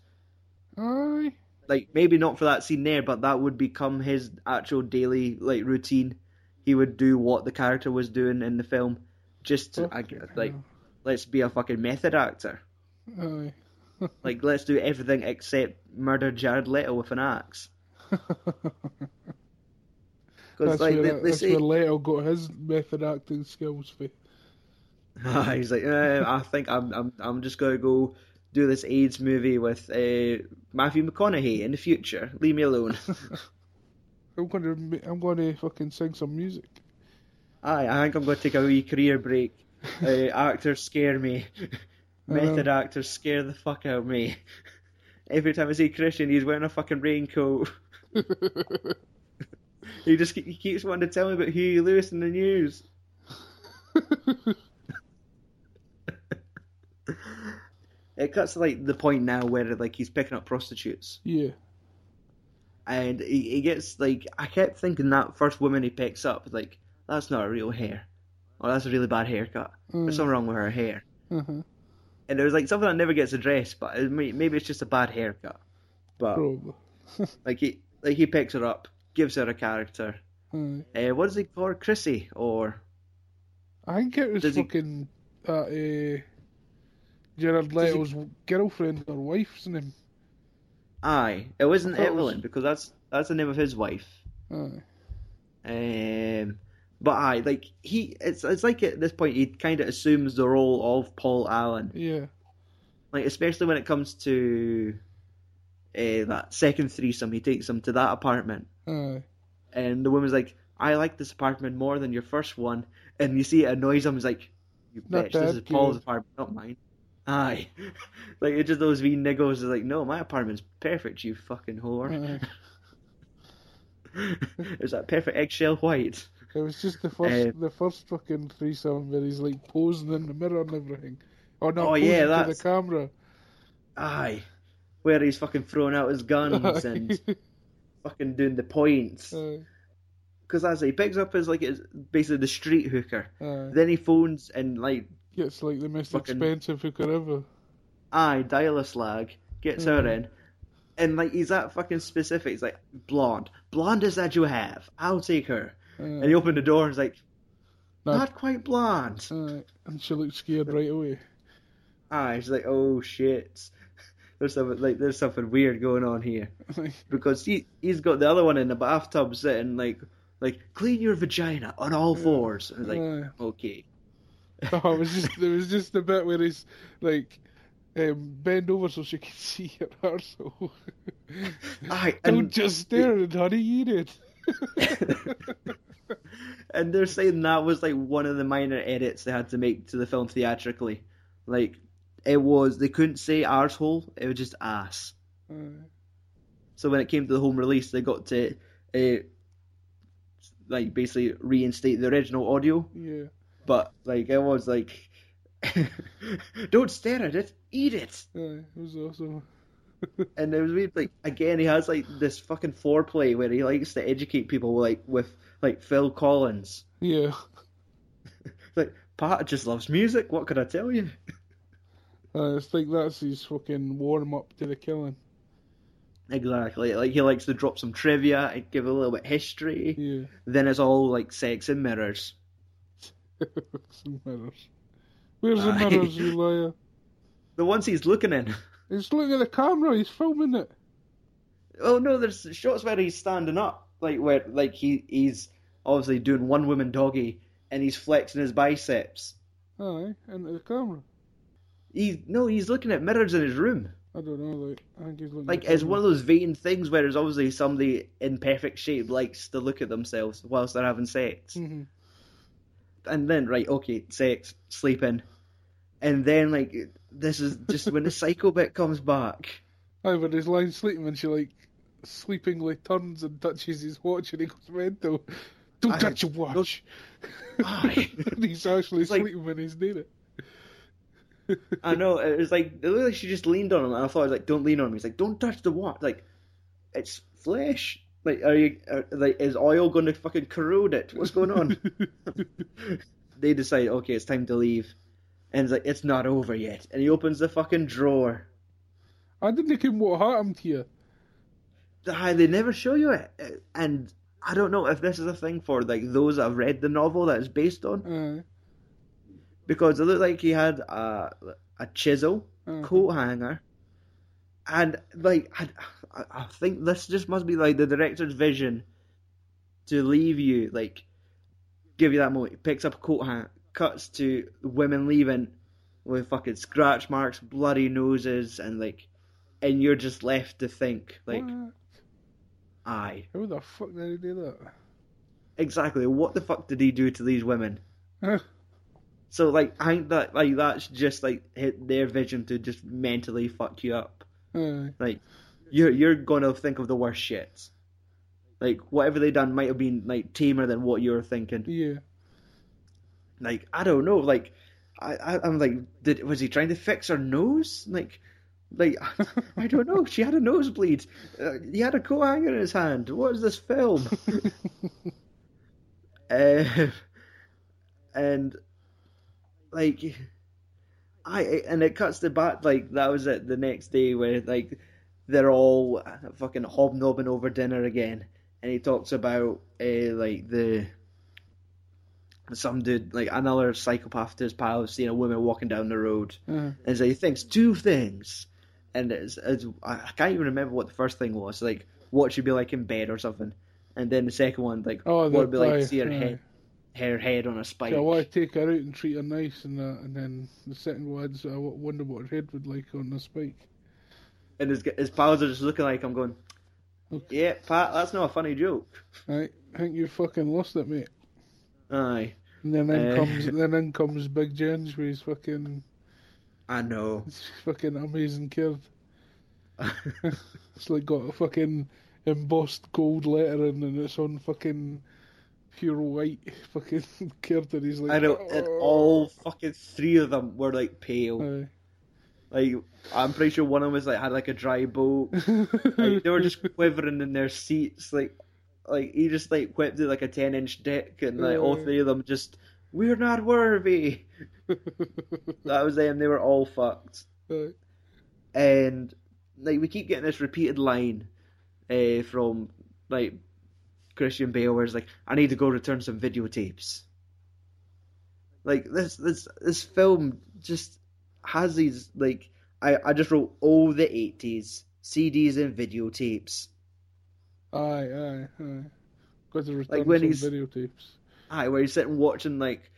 [SPEAKER 3] Aye.
[SPEAKER 2] Like maybe not for that scene there, but that would become his actual daily like routine. He would do what the character was doing in the film, just to I,
[SPEAKER 3] Fucking
[SPEAKER 2] like
[SPEAKER 3] hell.
[SPEAKER 2] let's be a fucking method actor.
[SPEAKER 3] Aye.
[SPEAKER 2] Like let's do everything except murder Jared Leto with an axe. Because
[SPEAKER 3] That's,
[SPEAKER 2] like
[SPEAKER 3] where,
[SPEAKER 2] they,
[SPEAKER 3] that-
[SPEAKER 2] they
[SPEAKER 3] that's
[SPEAKER 2] say,
[SPEAKER 3] where Leto got his method acting skills for.
[SPEAKER 2] He's like, eh, I think I'm, I'm, I'm just gonna go do this AIDS movie with uh, Matthew McConaughey in the future. Leave me alone.
[SPEAKER 3] I'm gonna, ma- I'm gonna fucking sing some music.
[SPEAKER 2] Aye, I think I'm gonna take a wee career break. Uh, actors scare me. Method actors scare the fuck out of me. Every time I see Christian, he's wearing a fucking raincoat. he just he keeps wanting to tell me about Huey Lewis in the news. It cuts to like the point now where like he's picking up prostitutes.
[SPEAKER 3] Yeah.
[SPEAKER 2] and he, he gets like I kept thinking that first woman he
[SPEAKER 3] Mm.
[SPEAKER 2] picks up like that's not a real hair, or that's a really bad haircut. There's something wrong with her hair.
[SPEAKER 3] Uh-huh.
[SPEAKER 2] And it was like something that never gets addressed, but it may, maybe it's just a bad haircut. But
[SPEAKER 3] Probably.
[SPEAKER 2] like he like he picks her up, gives her a character.
[SPEAKER 3] Aye.
[SPEAKER 2] Uh, what does he call her, Chrissy or
[SPEAKER 3] I think it was
[SPEAKER 2] Does he-
[SPEAKER 3] fucking that uh, Gerard Leto's girlfriend or wife's name.
[SPEAKER 2] I? It wasn't
[SPEAKER 3] thought it was-
[SPEAKER 2] Evelyn because that's that's the name of his wife.
[SPEAKER 3] Aye.
[SPEAKER 2] Um, but I like he. It's it's like at this point he kind of assumes the role of Paul Allen,
[SPEAKER 3] Yeah.
[SPEAKER 2] like especially when it comes to uh, that second threesome. He takes them to that apartment,
[SPEAKER 3] Aye.
[SPEAKER 2] and the woman's like, "I like this apartment more than your first one," and you see it annoys him. He's like, "You
[SPEAKER 3] Not
[SPEAKER 2] bitch, this
[SPEAKER 3] that
[SPEAKER 2] is Paul's
[SPEAKER 3] good."
[SPEAKER 2] apartment, not mine." Aye, like it's just those wee niggles. Is like, "No, my apartment's perfect, you fucking whore."
[SPEAKER 3] Aye.
[SPEAKER 2] it's that perfect eggshell white.
[SPEAKER 3] It was just the first,
[SPEAKER 2] Eh.
[SPEAKER 3] the first fucking threesome where he's like posing in the mirror and everything. Or not
[SPEAKER 2] Oh,
[SPEAKER 3] posing
[SPEAKER 2] yeah,
[SPEAKER 3] to the
[SPEAKER 2] that's-
[SPEAKER 3] camera.
[SPEAKER 2] Aye. Where he's fucking throwing out his guns and fucking doing the points.
[SPEAKER 3] Aye.
[SPEAKER 2] Because as he picks up his, like, his, basically the street hooker.
[SPEAKER 3] Aye.
[SPEAKER 2] Then he phones and, like,
[SPEAKER 3] Gets like the most
[SPEAKER 2] Fucking-
[SPEAKER 3] expensive hooker ever.
[SPEAKER 2] aye, dial a slag, gets her in. And, like, he's that fucking specific. He's like, blonde. Blondest that you have. I'll take her. And
[SPEAKER 3] Mm.
[SPEAKER 2] he opened the door and he's like,
[SPEAKER 3] No.
[SPEAKER 2] not quite blonde.
[SPEAKER 3] Aye. And she looked scared right away.
[SPEAKER 2] Aye, she's like, oh shit. There's something like there's something weird going on here. because he he's got the other one in the bathtub sitting like like clean your vagina on all fours. And it's like
[SPEAKER 3] Yeah.
[SPEAKER 2] okay,
[SPEAKER 3] Oh, it was just there was just the bit where he's like um, bend over so she can see your arsehole.
[SPEAKER 2] aye,
[SPEAKER 3] Don't
[SPEAKER 2] and
[SPEAKER 3] just stare and honey eat it.
[SPEAKER 2] and they're saying that was like one of the minor edits they had to make to the film theatrically. Like it was they couldn't say arsehole, it was just ass.
[SPEAKER 3] Aye.
[SPEAKER 2] So when it came to the home release, they got to uh, like basically reinstate the original audio.
[SPEAKER 3] yeah.
[SPEAKER 2] but like it was like don't stare at it eat it
[SPEAKER 3] Aye. It was awesome.
[SPEAKER 2] and it was weird, like again he has like this fucking foreplay where he likes to educate people like with like phil collins
[SPEAKER 3] Yeah.
[SPEAKER 2] It's like pat just loves music what could i tell you
[SPEAKER 3] Aye, it's like that's his fucking warm up to the killing.
[SPEAKER 2] exactly like he likes to drop some trivia and give a little bit history
[SPEAKER 3] Yeah.
[SPEAKER 2] then it's all like sex and mirrors
[SPEAKER 3] It's in mirrors. Where's the
[SPEAKER 2] Aye.
[SPEAKER 3] mirrors, you liar?
[SPEAKER 2] the ones he's looking in
[SPEAKER 3] He's looking at the camera. He's filming it.
[SPEAKER 2] oh no there's shots where he's standing up like where like he he's obviously doing one woman doggy and he's flexing his biceps
[SPEAKER 3] Aye, into the camera.
[SPEAKER 2] He's no, he's looking at mirrors in his room.
[SPEAKER 3] I don't know. Like I think he's looking.
[SPEAKER 2] Like
[SPEAKER 3] at
[SPEAKER 2] it's one of those vain things where there's obviously somebody in perfect shape likes to look at themselves whilst they're having sex.
[SPEAKER 3] Mhm.
[SPEAKER 2] And then right, okay, sex, sleeping. And then like this is just when the psycho bit comes back.
[SPEAKER 3] Aye, but he's lying sleeping and she like sleepingly turns and touches his watch and he goes mental. Don't
[SPEAKER 2] Aye,
[SPEAKER 3] touch your watch.
[SPEAKER 2] Aye.
[SPEAKER 3] and he's actually
[SPEAKER 2] like-
[SPEAKER 3] sleeping when he's doing it.
[SPEAKER 2] I know, it was like it looked like she just leaned on him and I thought I was like, Don't lean on me. He's like, Don't touch the watch like it's flesh. Like are you are, like is oil gonna fucking corrode it? What's going on? they decide, okay, it's time to leave. And it's like, it's not over yet. And he opens the fucking drawer.
[SPEAKER 3] I didn't think what happened here.
[SPEAKER 2] Ah, They never show you it. And I don't know if this is a thing for like those that have read the novel that it's based on,
[SPEAKER 3] Aye,
[SPEAKER 2] because it looked like he had a a chisel,
[SPEAKER 3] Mhm.
[SPEAKER 2] coat hanger, and like I, I I think this just must be like the director's vision to leave you like give you that moment. He picks up a coat hanger, cuts to women leaving with fucking scratch marks, bloody noses, and like, and you're just left to think like,
[SPEAKER 3] What?
[SPEAKER 2] aye,
[SPEAKER 3] how the fuck did he do
[SPEAKER 2] exactly, what the fuck did he do to these women?
[SPEAKER 3] that?
[SPEAKER 2] So like, I think that like that's just like hit their vision to just mentally fuck you up.
[SPEAKER 3] Aye,
[SPEAKER 2] Like, you're you're gonna think of the worst shit. Like whatever they done might have been like tamer than what you're thinking.
[SPEAKER 3] yeah.
[SPEAKER 2] like I don't know, like I, I I'm like, did was he trying to fix her nose? Like, like I don't know. She had a nosebleed. Uh, he had a coat hanger in his hand. What is this film? Eh, uh, and like, I and it cuts the back like that was it the next day where like they're all fucking hobnobbing over dinner again, and he talks about uh, like the some dude like another psychopath to his pal has seen a woman walking down the road, and so he thinks two things, and it's, it's I I can't even remember what the first thing was like what she'd be like in bed or something, and then the second one like
[SPEAKER 3] Oh,
[SPEAKER 2] what it'd
[SPEAKER 3] the
[SPEAKER 2] be like to
[SPEAKER 3] guy,
[SPEAKER 2] see her
[SPEAKER 3] yeah.
[SPEAKER 2] head her head on a spike.
[SPEAKER 3] So I want to take her out and treat her nice and that, and then the second one's I w- wonder what her head would like on the spike.
[SPEAKER 2] And his, his pals are just looking like I'm going, yeah, Pat, that's not a funny joke.
[SPEAKER 3] Right, I think you fucking lost it, mate.
[SPEAKER 2] Aye,
[SPEAKER 3] And then in
[SPEAKER 2] Eh.
[SPEAKER 3] comes then in comes Big Jens with his fucking
[SPEAKER 2] I know.
[SPEAKER 3] his fucking amazing kid. It's like got a fucking embossed gold lettering and it's on fucking pure white fucking kid and he's like
[SPEAKER 2] I know. And all fucking three of them were like pale.
[SPEAKER 3] Aye.
[SPEAKER 2] Like I'm pretty sure one of them was like had like a dry boat. Like, they were just quivering in their seats. Like, like he just like whipped it like a ten inch dick, and like all
[SPEAKER 3] Yeah.
[SPEAKER 2] three of them just we're not worthy. That was them. They were all fucked.
[SPEAKER 3] Aye.
[SPEAKER 2] and like we keep getting this repeated line uh, from like Christian Bale, where it's like, "I need to go return some videotapes." Like this, this, this film just has these like I, I just wrote all the eighties CDs and videotapes.
[SPEAKER 3] Aye, aye, aye. Got to return
[SPEAKER 2] Like when
[SPEAKER 3] some
[SPEAKER 2] he's-
[SPEAKER 3] videotapes.
[SPEAKER 2] Aye, where he's sitting watching like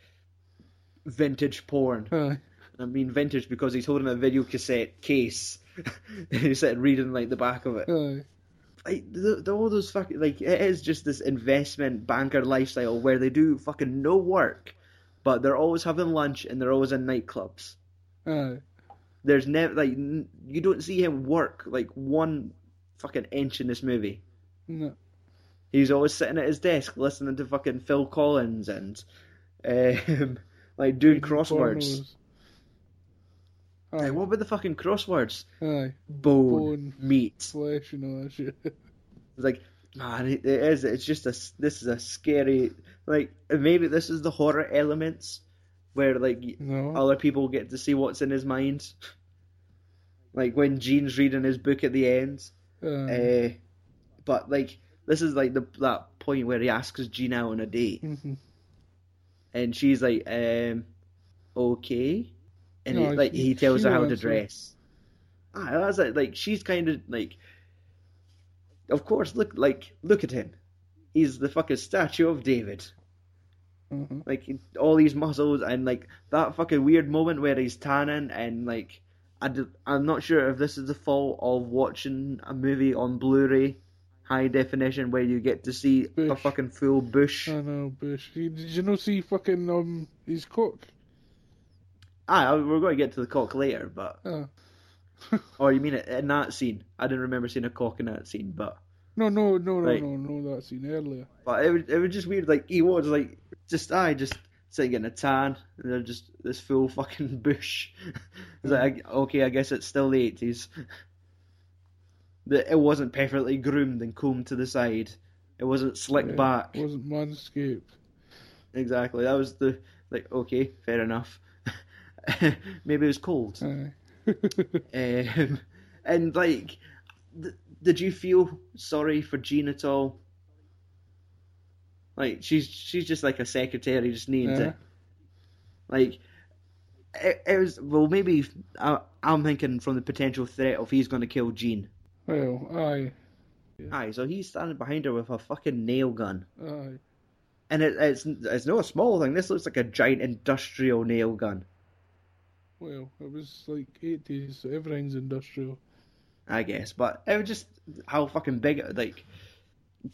[SPEAKER 2] vintage porn.
[SPEAKER 3] Aye.
[SPEAKER 2] I mean vintage because he's holding a video cassette case. and he's sitting reading like the back of it.
[SPEAKER 3] Aye.
[SPEAKER 2] like the, the, all those fucking like it is just this investment banker lifestyle where they do fucking no work, but they're always having lunch and they're always in nightclubs.
[SPEAKER 3] Aye.
[SPEAKER 2] There's never like n- you don't see him work like one fucking inch in this movie.
[SPEAKER 3] No.
[SPEAKER 2] He's always sitting at his desk listening to fucking Phil Collins and um, like doing crosswords.
[SPEAKER 3] Pornos. Aye.
[SPEAKER 2] Like, what about the fucking crosswords?
[SPEAKER 3] Aye.
[SPEAKER 2] Bone,
[SPEAKER 3] Bone.
[SPEAKER 2] meat.
[SPEAKER 3] Flesh and all that shit.
[SPEAKER 2] It's like, man, it, it is. It's just a. s- This is a scary. Like maybe this is the horror elements, where like y-
[SPEAKER 3] No.
[SPEAKER 2] other people get to see what's in his mind. Like when Gene's reading his book at the end,
[SPEAKER 3] Aye.
[SPEAKER 2] uh, but like this is like the that point where he asks Gene out on a date,
[SPEAKER 3] Mhm.
[SPEAKER 2] and she's like, um, okay, and
[SPEAKER 3] No,
[SPEAKER 2] he, like
[SPEAKER 3] she-
[SPEAKER 2] he tells
[SPEAKER 3] she
[SPEAKER 2] her how to
[SPEAKER 3] wants it.
[SPEAKER 2] dress. Ah, that's it. Like she's kind of like, of course, look like look at him. He's the fucking statue of David.
[SPEAKER 3] Mhm.
[SPEAKER 2] Like all these muscles and like that fucking weird moment where he's tanning and like I am not sure if this is the fault of watching a movie on Blu-ray high definition where you get to see a
[SPEAKER 3] Bush. Uh.
[SPEAKER 2] fucking full bush.
[SPEAKER 3] I know, Bush. You- Did you not see fucking um his cock?
[SPEAKER 2] Ah, we're going to get to the cock later, but
[SPEAKER 3] Ah.
[SPEAKER 2] or Oh, you mean it in that scene? I didn't remember seeing a cock in that scene, but
[SPEAKER 3] No, no, no, no,
[SPEAKER 2] Right.
[SPEAKER 3] no, no. That scene earlier.
[SPEAKER 2] but it was, it was just weird. Like he was like just I just sitting in a tan and they're just this full fucking bush. it's like I- okay, I guess it's still the eighties. That it wasn't perfectly groomed and combed to the side. It wasn't slicked
[SPEAKER 3] Yeah,
[SPEAKER 2] back.
[SPEAKER 3] Wasn't manscaped.
[SPEAKER 2] Exactly. That was the like okay, fair enough. Maybe it was cold.
[SPEAKER 3] Aye.
[SPEAKER 2] Um, and like, th- did you feel sorry for Jean at all? Like she's she's just like a secretary, just needing
[SPEAKER 3] Yeah.
[SPEAKER 2] to. Like, it, it was well maybe I, I'm thinking from the potential threat of he's going to kill Jean.
[SPEAKER 3] Well, aye,
[SPEAKER 2] Aye, so he's standing behind her with a fucking nail gun,
[SPEAKER 3] aye.
[SPEAKER 2] and it, it's it's not a small thing. This looks like a giant industrial nail gun.
[SPEAKER 3] Well, it was like eighties. So everything's industrial.
[SPEAKER 2] I guess, but it was just how fucking big it like.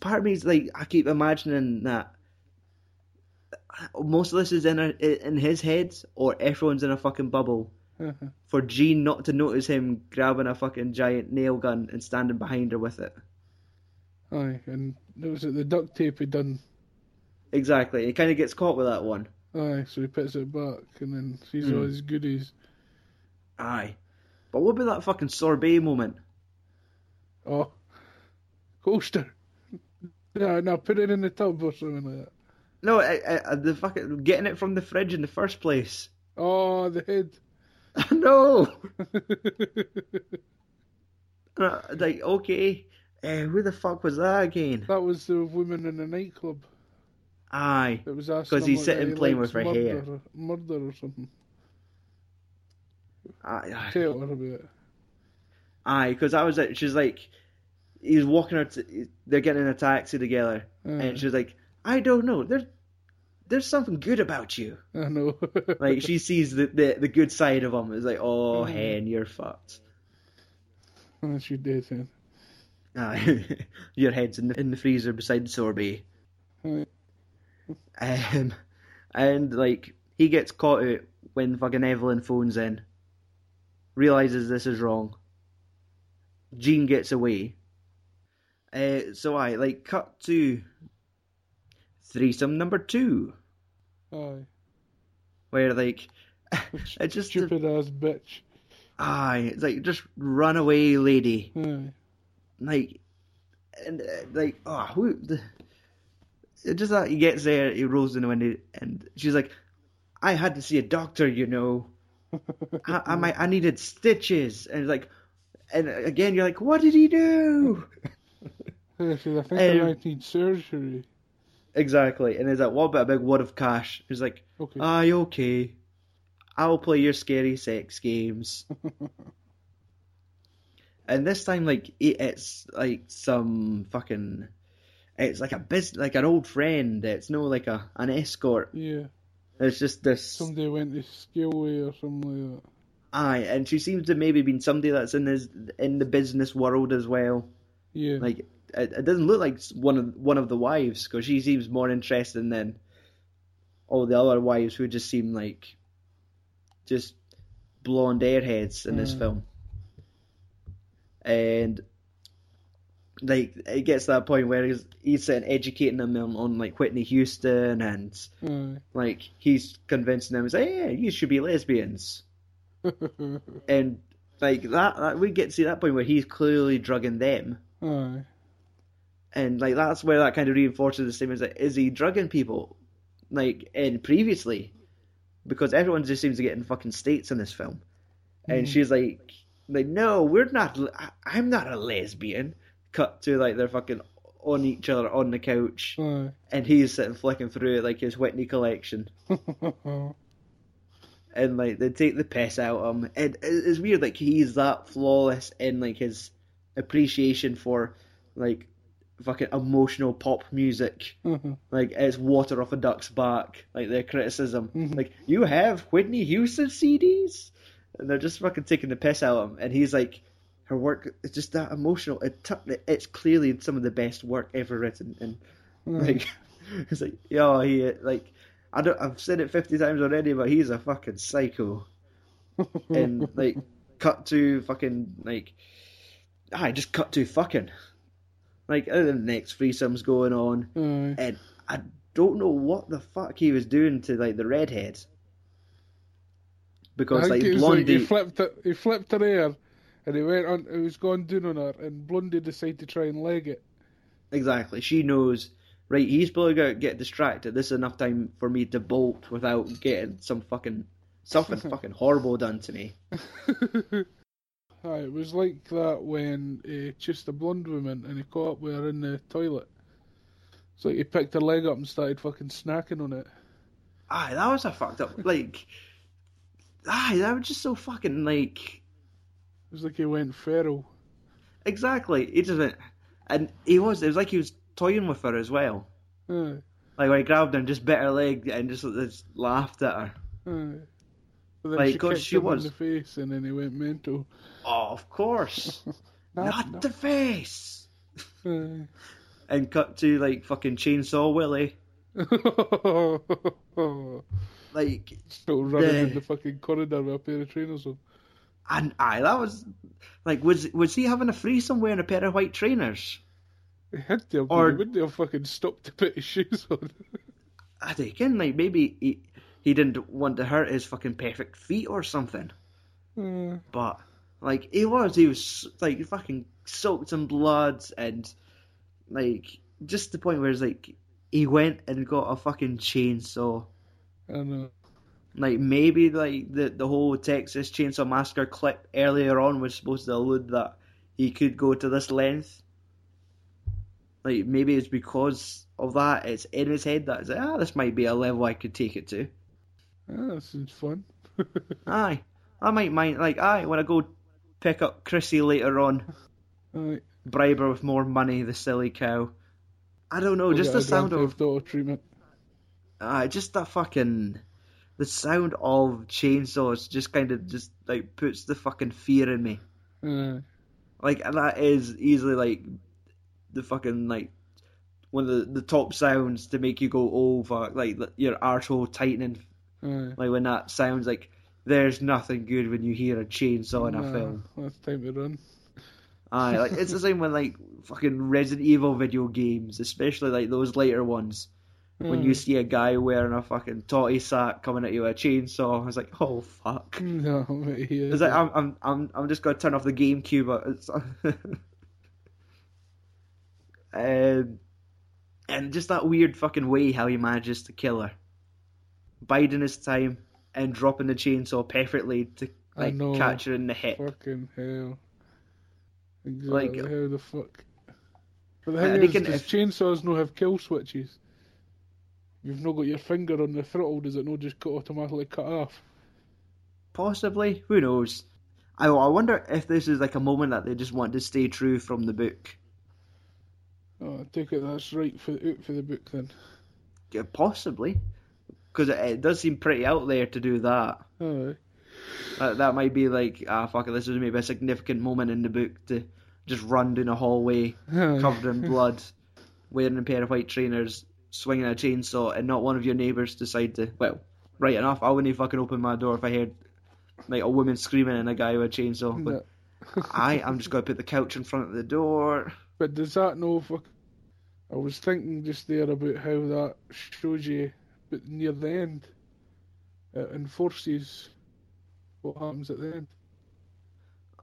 [SPEAKER 2] Part of me's like I keep imagining that most of this is in a, in his head, or everyone's in a fucking bubble. For Gene not to notice him grabbing a fucking giant nail gun and standing behind her with it.
[SPEAKER 3] Aye, and it was at the duct tape he done.
[SPEAKER 2] Exactly, he kind of gets caught with that one.
[SPEAKER 3] Aye, so he puts it back and then sees all his goodies.
[SPEAKER 2] Aye, but what about that fucking sorbet moment?
[SPEAKER 3] Oh, coaster. No, no, put it in the tub or something like that.
[SPEAKER 2] No, I, I, the fucking getting it from the fridge in the first place.
[SPEAKER 3] Oh, the head.
[SPEAKER 2] no. Uh, like, okay, uh, who the fuck was that again?
[SPEAKER 3] That was the woman in the nightclub
[SPEAKER 2] Aye.
[SPEAKER 3] that was asking
[SPEAKER 2] 'Cause he's
[SPEAKER 3] him
[SPEAKER 2] sitting
[SPEAKER 3] that he
[SPEAKER 2] playing
[SPEAKER 3] likes
[SPEAKER 2] with her
[SPEAKER 3] murder,
[SPEAKER 2] hair.
[SPEAKER 3] murder or something.
[SPEAKER 2] Aye, aye.
[SPEAKER 3] Tell her about it.
[SPEAKER 2] Aye, because I was like, she's like, he's walking her. T- they're getting in a taxi together, and she's like, I don't know. There's there's something good about you.
[SPEAKER 3] I know.
[SPEAKER 2] Like she sees the the, the good side of him. It's like, oh hen, you're fucked.
[SPEAKER 3] and she did. Then.
[SPEAKER 2] Aye, your head's in the in the freezer beside the sorbet.
[SPEAKER 3] Aye.
[SPEAKER 2] Um, and like he gets caught out when fucking Evelyn phones in, realizes this is wrong. Jean gets away. Uh, so I like cut to threesome number two,
[SPEAKER 3] Aye.
[SPEAKER 2] where like it just
[SPEAKER 3] Stupid ass bitch.
[SPEAKER 2] aye, it's like just runaway lady,
[SPEAKER 3] Aye.
[SPEAKER 2] like and uh, like oh who the. It just that he gets there, he rolls in the window, and she's like, "I had to see a doctor, you know." I, I might I needed stitches and like and again you're like what did he do
[SPEAKER 3] Yeah, she said, I think
[SPEAKER 2] Um,
[SPEAKER 3] I might need surgery.
[SPEAKER 2] exactly and it's like what about a big wad of cash he's like
[SPEAKER 3] Okay.
[SPEAKER 2] aye okay I'll play your scary sex games and this time like it, it's like some fucking it's like a bus like an old friend it's no like a an escort
[SPEAKER 3] yeah.
[SPEAKER 2] it's just this
[SPEAKER 3] Somebody went to Skillway or something like that.
[SPEAKER 2] aye and she seems to maybe been somebody that's in his in the business world as well
[SPEAKER 3] Yeah.
[SPEAKER 2] like it, it doesn't look like one of one of the wives because she seems more interesting than all the other wives who just seem like just blonde airheads in this film. And like it gets to that point where he's he's sitting educating them on, on like Whitney Houston and
[SPEAKER 3] Aye.
[SPEAKER 2] like he's convincing them, he's like, yeah, you should be lesbians. and like that, that we get to that point where he's clearly drugging them.
[SPEAKER 3] Aye.
[SPEAKER 2] And like that's where that kind of reinforces the statement that is he drugging people, like and previously, because everyone just seems to get in fucking states in this film, and she's like, like no, we're not. l- I, am not a lesbian. Cut to like they're fucking on each other on the couch,
[SPEAKER 3] Aye.
[SPEAKER 2] and he's sitting flicking through like his Whitney collection, and like they take the piss out of him. And it- it's weird, like he's that flawless in like his appreciation for like fucking emotional pop music. Like it's water off a duck's back. Like their criticism, like you have Whitney Houston CDs, and they're just fucking taking the piss out of him. And he's like, her work is just that emotional. It t- it's clearly some of the best work ever written, and like it's like yo, he like I don't. I've said it fifty times already, but he's a fucking psycho. and like, cut to fucking like, I just cut to fucking. Like uh, the next threesome's going on,
[SPEAKER 3] Aye.
[SPEAKER 2] and I don't know what the fuck he was doing to like the redhead.
[SPEAKER 3] I
[SPEAKER 2] Because
[SPEAKER 3] think
[SPEAKER 2] like
[SPEAKER 3] it was like
[SPEAKER 2] Blondie,
[SPEAKER 3] he flipped it, he flipped her hair, and he went on. He was going down on her, and Blondie decided to try and leg it.
[SPEAKER 2] exactly, she knows. Right, he's probably gonna get distracted. This is enough time for me to bolt without getting some fucking something fucking horrible done to me.
[SPEAKER 3] Aye, it was like that when he chased a blonde woman and he caught up with her in the toilet. It's like he picked her leg up and started fucking snacking on it.
[SPEAKER 2] Aye, that was a fucked up. Like, aye, that was just so fucking like.
[SPEAKER 3] It was like he went feral.
[SPEAKER 2] Exactly, he just went, and he was. It was like he was toying with her as well.
[SPEAKER 3] Aye,
[SPEAKER 2] Like when he grabbed her and just bit her leg and just, just laughed at her.
[SPEAKER 3] aye. But then
[SPEAKER 2] Like,
[SPEAKER 3] she
[SPEAKER 2] 'cause
[SPEAKER 3] kicked
[SPEAKER 2] she
[SPEAKER 3] him
[SPEAKER 2] was-
[SPEAKER 3] in the face, and then he went mental.
[SPEAKER 2] Oh, of course, not the face.
[SPEAKER 3] Aye.
[SPEAKER 2] And cut to like fucking chainsaw Willie, like
[SPEAKER 3] Still running in
[SPEAKER 2] Yeah.
[SPEAKER 3] the fucking corridor with a pair of trainers on.
[SPEAKER 2] and aye, that was like was was he having a threesome wearing a pair of white trainers?
[SPEAKER 3] He had to have,
[SPEAKER 2] Or-
[SPEAKER 3] he wouldn't have fucking stopped to put his shoes on.
[SPEAKER 2] I think, and like maybe he he didn't want to hurt his fucking perfect feet or something.
[SPEAKER 3] Aye.
[SPEAKER 2] But like he was, he was like fucking soaked in blood and like just the point where it's like he went and got a fucking chainsaw
[SPEAKER 3] I know.
[SPEAKER 2] Like maybe like the the whole Texas Chainsaw Massacre clip earlier on was supposed to allude that he could go to this length. Like maybe it's because of that it's in his head that it's like, ah this might be a level I could take it to.
[SPEAKER 3] Ah, that seems fun.
[SPEAKER 2] Aye, I might mind like aye when I go pick up Chrissy later on.
[SPEAKER 3] Alright.
[SPEAKER 2] bribe her with more money, the silly cow. I don't know,
[SPEAKER 3] we'll
[SPEAKER 2] Oh, just
[SPEAKER 3] get
[SPEAKER 2] the
[SPEAKER 3] a Grand
[SPEAKER 2] sound of
[SPEAKER 3] Theft Auto treatment.
[SPEAKER 2] uh, just the fucking the sound of chainsaws just kind of just like puts the fucking fear in me.
[SPEAKER 3] Uh,
[SPEAKER 2] Like and that is easily like the fucking like one of the, the top sounds to make you go oh fuck like th- your arsehole tightening
[SPEAKER 3] uh,
[SPEAKER 2] like when that sounds like there's nothing good when you hear a chainsaw in a
[SPEAKER 3] nah,
[SPEAKER 2] film.
[SPEAKER 3] That's time to run.
[SPEAKER 2] Aye, like it's the same with like fucking Resident Evil video games, especially like those later ones. when you
[SPEAKER 3] Aye.
[SPEAKER 2] see a guy wearing a fucking totty sack coming at you with a chainsaw. I was like, oh fuck.
[SPEAKER 3] No, mate, yeah.
[SPEAKER 2] It's like I'm I'm I'm I'm just gonna turn off the GameCube. but It's um, and just that weird fucking way how he manages to kill her, biding his time and dropping the chainsaw perfectly to
[SPEAKER 3] I
[SPEAKER 2] like
[SPEAKER 3] know.
[SPEAKER 2] catch her in the hip.
[SPEAKER 3] Fucking hell.
[SPEAKER 2] Like-
[SPEAKER 3] Exactly how the fuck. But the
[SPEAKER 2] I- I
[SPEAKER 3] thing is,
[SPEAKER 2] think in-
[SPEAKER 3] does
[SPEAKER 2] if-
[SPEAKER 3] chainsaws no have kill switches? You've not got your finger on the throttle, does it not just cut automatically cut off?
[SPEAKER 2] Possibly, who knows? I I wonder if this is like a moment that they just want to stay true from the book.
[SPEAKER 3] Oh, I take it that's right for out for the book then.
[SPEAKER 2] Yeah, possibly, because it, it does seem pretty out there to do that.
[SPEAKER 3] Aye.
[SPEAKER 2] That, that might be like, ah, fuck it, this is maybe a significant moment in the book to just run down a hallway
[SPEAKER 3] Aye.
[SPEAKER 2] covered in blood, wearing a pair of white trainers, swinging a chainsaw, and not one of your neighbours decide to, well, right enough, I wouldn't even fucking open my door if I heard like a woman screaming and a guy with a chainsaw. But
[SPEAKER 3] No.
[SPEAKER 2] I, I'm just gonna put the couch in front of the door.
[SPEAKER 3] But does that no fuck? I was thinking just there about how that shows you, but near the end, it enforces what happens at the end.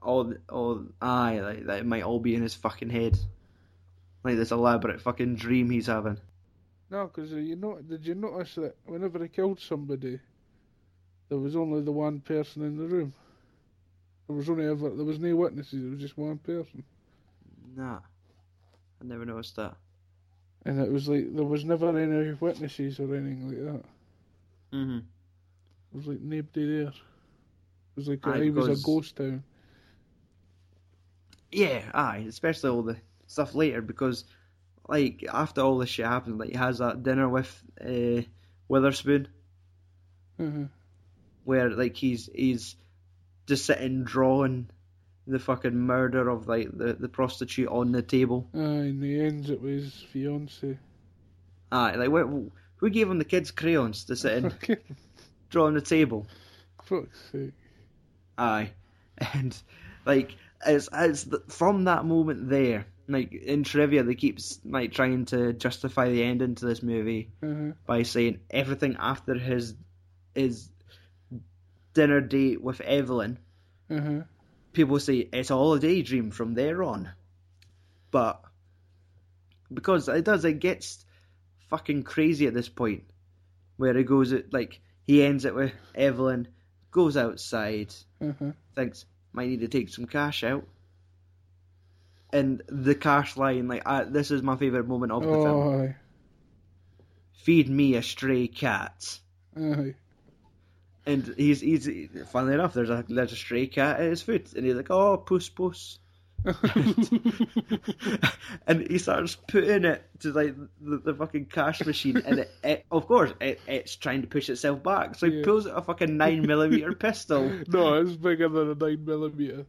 [SPEAKER 2] all, all, aye, like that it might all be in his fucking head, like this elaborate fucking dream he's having.
[SPEAKER 3] No, because you know, did you notice that whenever he killed somebody, there was only the one person in the room. There was only ever there was no witnesses. There was just one person,
[SPEAKER 2] Nah, I never noticed that.
[SPEAKER 3] and it was like there was never any witnesses or anything like that.
[SPEAKER 2] Mm-hmm.
[SPEAKER 3] There was like nobody there. It was like
[SPEAKER 2] Aye,
[SPEAKER 3] it was
[SPEAKER 2] because-
[SPEAKER 3] a ghost town.
[SPEAKER 2] Yeah, aye, especially all the stuff later because, like, after all this shit happens, like he has that dinner with uh, Witherspoon
[SPEAKER 3] Uh-huh.
[SPEAKER 2] where like he's he's just sitting drawing the fucking murder of like the, the prostitute on the table.
[SPEAKER 3] Aye, in the end, it was fiance.
[SPEAKER 2] Aye, like wh- who gave him the kids crayons to sit and
[SPEAKER 3] Fucking
[SPEAKER 2] draw on the table?
[SPEAKER 3] fuck's sake.
[SPEAKER 2] Aye, and like it's it's th from that moment there. Like in trivia, they keep s- like trying to justify the ending to this movie
[SPEAKER 3] Uh-huh.
[SPEAKER 2] by saying everything after his his dinner date with Evelyn.
[SPEAKER 3] Uh-huh.
[SPEAKER 2] People say it's all a daydream from there on, but because it does, it gets fucking crazy at this point, where he goes it like he ends it with Evelyn, goes outside,
[SPEAKER 3] Uh-huh.
[SPEAKER 2] thinks might need to take some cash out. And the cash line, like I, this is my favorite moment of the film.
[SPEAKER 3] Oh, aye.
[SPEAKER 2] Feed me a stray cat,
[SPEAKER 3] Aye.
[SPEAKER 2] and he's he's funnily enough, there's a there's a stray cat at his foot, and he's like, oh, puss puss, and he starts putting it to like the, the fucking cash machine, and it, it of course it, it's trying to push itself back, so he
[SPEAKER 3] Yeah.
[SPEAKER 2] pulls out a fucking nine millimeter pistol,
[SPEAKER 3] no, it's bigger than a 9mm. It's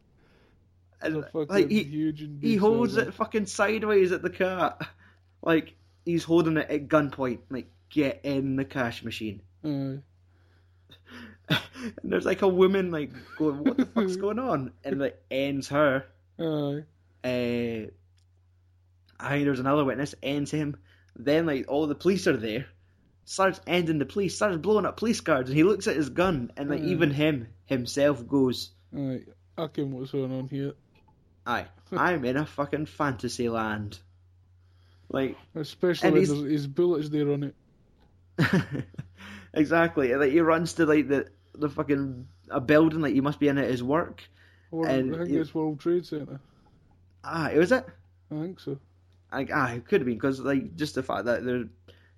[SPEAKER 2] and
[SPEAKER 3] a fucking
[SPEAKER 2] like he
[SPEAKER 3] huge and
[SPEAKER 2] he
[SPEAKER 3] big
[SPEAKER 2] holds
[SPEAKER 3] size.
[SPEAKER 2] it fucking sideways at the cat. Like he's holding it at gunpoint. Like get in the cash machine.
[SPEAKER 3] Aye.
[SPEAKER 2] and there's like a woman like going, "What the fuck's going on?" And like ends her.
[SPEAKER 3] Aye.
[SPEAKER 2] Uh, I think there's another witness ends him. Then like all the police are there. Starts ending the police. Starts blowing up police cars. And he looks at his gun. And like
[SPEAKER 3] Hmm.
[SPEAKER 2] even him himself goes,
[SPEAKER 3] Aye. Fucking what's going on here.
[SPEAKER 2] "Aye, I'm in a fucking fantasy land." Like
[SPEAKER 3] Especially
[SPEAKER 2] And
[SPEAKER 3] when
[SPEAKER 2] he's-
[SPEAKER 3] there's his bullets there on it.
[SPEAKER 2] exactly. And, like he runs to like the the fucking a building like he must be in at his work.
[SPEAKER 3] Or,
[SPEAKER 2] And
[SPEAKER 3] I think
[SPEAKER 2] you-
[SPEAKER 3] it's World Trade Center.
[SPEAKER 2] Ah, it was it.
[SPEAKER 3] I think so.
[SPEAKER 2] Like ah, it could have been because like just the fact that there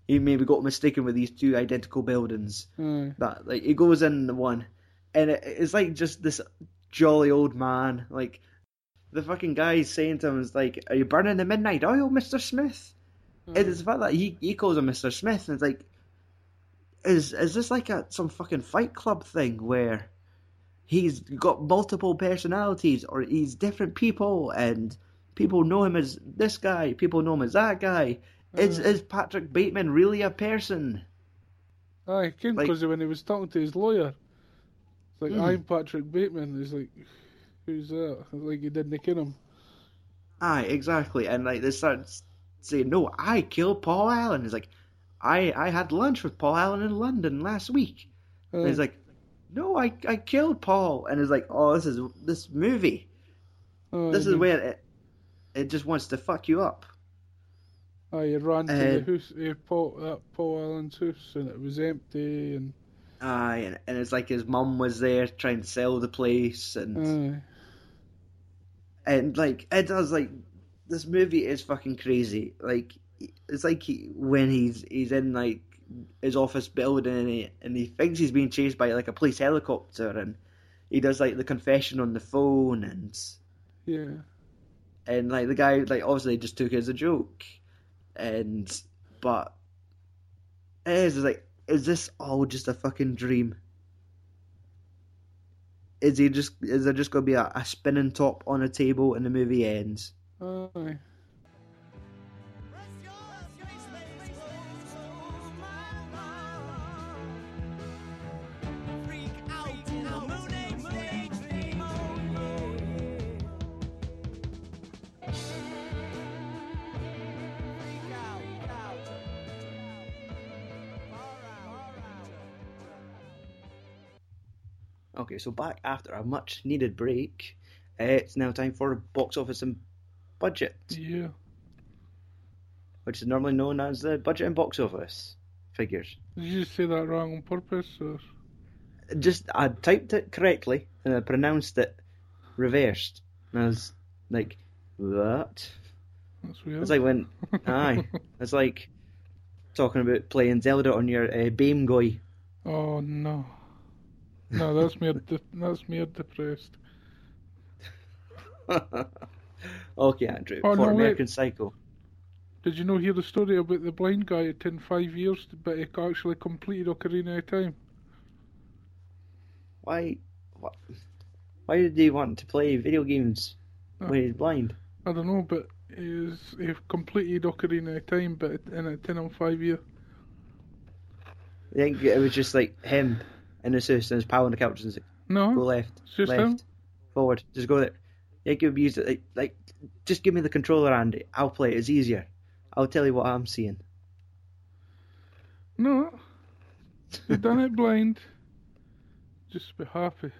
[SPEAKER 2] he maybe got mistaken with these two identical buildings.
[SPEAKER 3] Aye.
[SPEAKER 2] That like he goes in the one, and it, it's like just this jolly old man. Like the fucking guy saying to him is like, "Are you burning the midnight oil, Mister Smith?" It is the fact that he, he calls him Mister Smith, and it's like, is is this like a some fucking Fight Club thing where he's got multiple personalities or he's different people and people know him as this guy, people know him as that guy. Is is Patrick Bateman really a person?
[SPEAKER 3] Aye, he couldn't
[SPEAKER 2] Like- Hmm.
[SPEAKER 3] because when he was talking to his lawyer, it's like, I'm Patrick Bateman. He's like, who's that? It's like, you didn't kill him.
[SPEAKER 2] Aye, exactly. And like they start s- saying, "No, I killed Paul Allen." He's like, "I I had lunch with Paul Allen in London last week." And he's like, "No, I I killed Paul." And it's like, "Oh, this is this movie.
[SPEAKER 3] Uh, Aye,
[SPEAKER 2] This is
[SPEAKER 3] he-
[SPEAKER 2] where it it just wants to fuck you up."
[SPEAKER 3] Aye, he ran to the
[SPEAKER 2] Uh,
[SPEAKER 3] house, eh, Paul, that Paul Allen's house, and it was empty, and
[SPEAKER 2] Aye, and, and it's like his mum was there trying to sell the place, and
[SPEAKER 3] aye,
[SPEAKER 2] and like it does like this movie is fucking crazy. Like it's like he, when he's he's in like his office building and he, and he thinks he's being chased by like a police helicopter, and he does like the confession on the phone, and
[SPEAKER 3] yeah.
[SPEAKER 2] and like the guy like obviously just took it as a joke, and but it is it's like is this all just a fucking dream? Is he just is there just gonna be a, a spinning top on a table and the movie ends?
[SPEAKER 3] Aye.
[SPEAKER 2] Okay, so back after a much needed break, uh, it's now time for box office and budget,
[SPEAKER 3] Yeah.
[SPEAKER 2] which is normally known as the budget and box office figures.
[SPEAKER 3] Did you say that wrong on purpose? Or?
[SPEAKER 2] Just I typed it correctly and I pronounced it reversed. And I was like, what?
[SPEAKER 3] That's weird.
[SPEAKER 2] It's like when, aye, it's like talking about playing Zelda on your uh, Bamegoy.
[SPEAKER 3] Oh no. No, that's me. De- that's me depressed.
[SPEAKER 2] okay, Andrew,
[SPEAKER 3] Oh,
[SPEAKER 2] for
[SPEAKER 3] no, wait.
[SPEAKER 2] American Psycho.
[SPEAKER 3] Did you know hear the story about the blind guy who took five years, but he actually completed Ocarina of Time?
[SPEAKER 2] Why, why, why did he want to play video games
[SPEAKER 3] Oh.
[SPEAKER 2] when he's blind?
[SPEAKER 3] I don't know, but he's he completed Ocarina of Time, but it, and it took him five years.
[SPEAKER 2] I think it was just like him in his house and his pal on the couch and he's like,
[SPEAKER 3] No,
[SPEAKER 2] go left,
[SPEAKER 3] Hmm. It's just
[SPEAKER 2] left,
[SPEAKER 3] him?
[SPEAKER 2] forward, just go there. Yeah, give me like, like, just give me the controller, Andy. I'll play. it, It's easier. I'll tell you what I'm seeing.
[SPEAKER 3] no, he done it blind. Just be happy.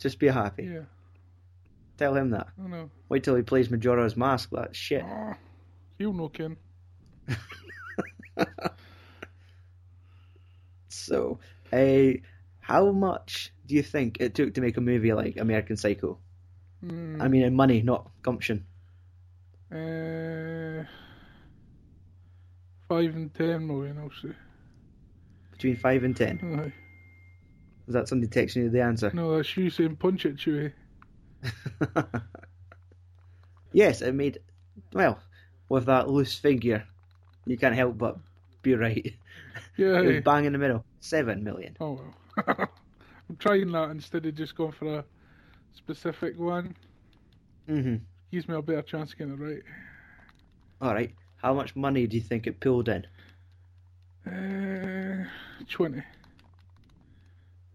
[SPEAKER 2] Just be happy.
[SPEAKER 3] Yeah,
[SPEAKER 2] Tell him that.
[SPEAKER 3] I know.
[SPEAKER 2] Wait till he plays Majora's Mask. That shit.
[SPEAKER 3] Oh, you know, Ken.
[SPEAKER 2] So, uh, how much do you think it took to make a movie like American Psycho?
[SPEAKER 3] Mm,
[SPEAKER 2] I mean, in money, not gumption.
[SPEAKER 3] uh, five and ten million, I'll say.
[SPEAKER 2] Between five and ten.
[SPEAKER 3] Aye.
[SPEAKER 2] Is that somebody texting you the answer?
[SPEAKER 3] No, that's you saying punch it, Chewie.
[SPEAKER 2] yes, it made well with that loose figure. You can't help but be right. It was
[SPEAKER 3] Yeah.
[SPEAKER 2] bang in the middle. Seven million.
[SPEAKER 3] Oh well. I'm trying that instead of just going for a specific one.
[SPEAKER 2] Mm-hmm.
[SPEAKER 3] Gives me a better chance of getting it right.
[SPEAKER 2] All right. How much money do you think it pulled in?
[SPEAKER 3] Uh, 20.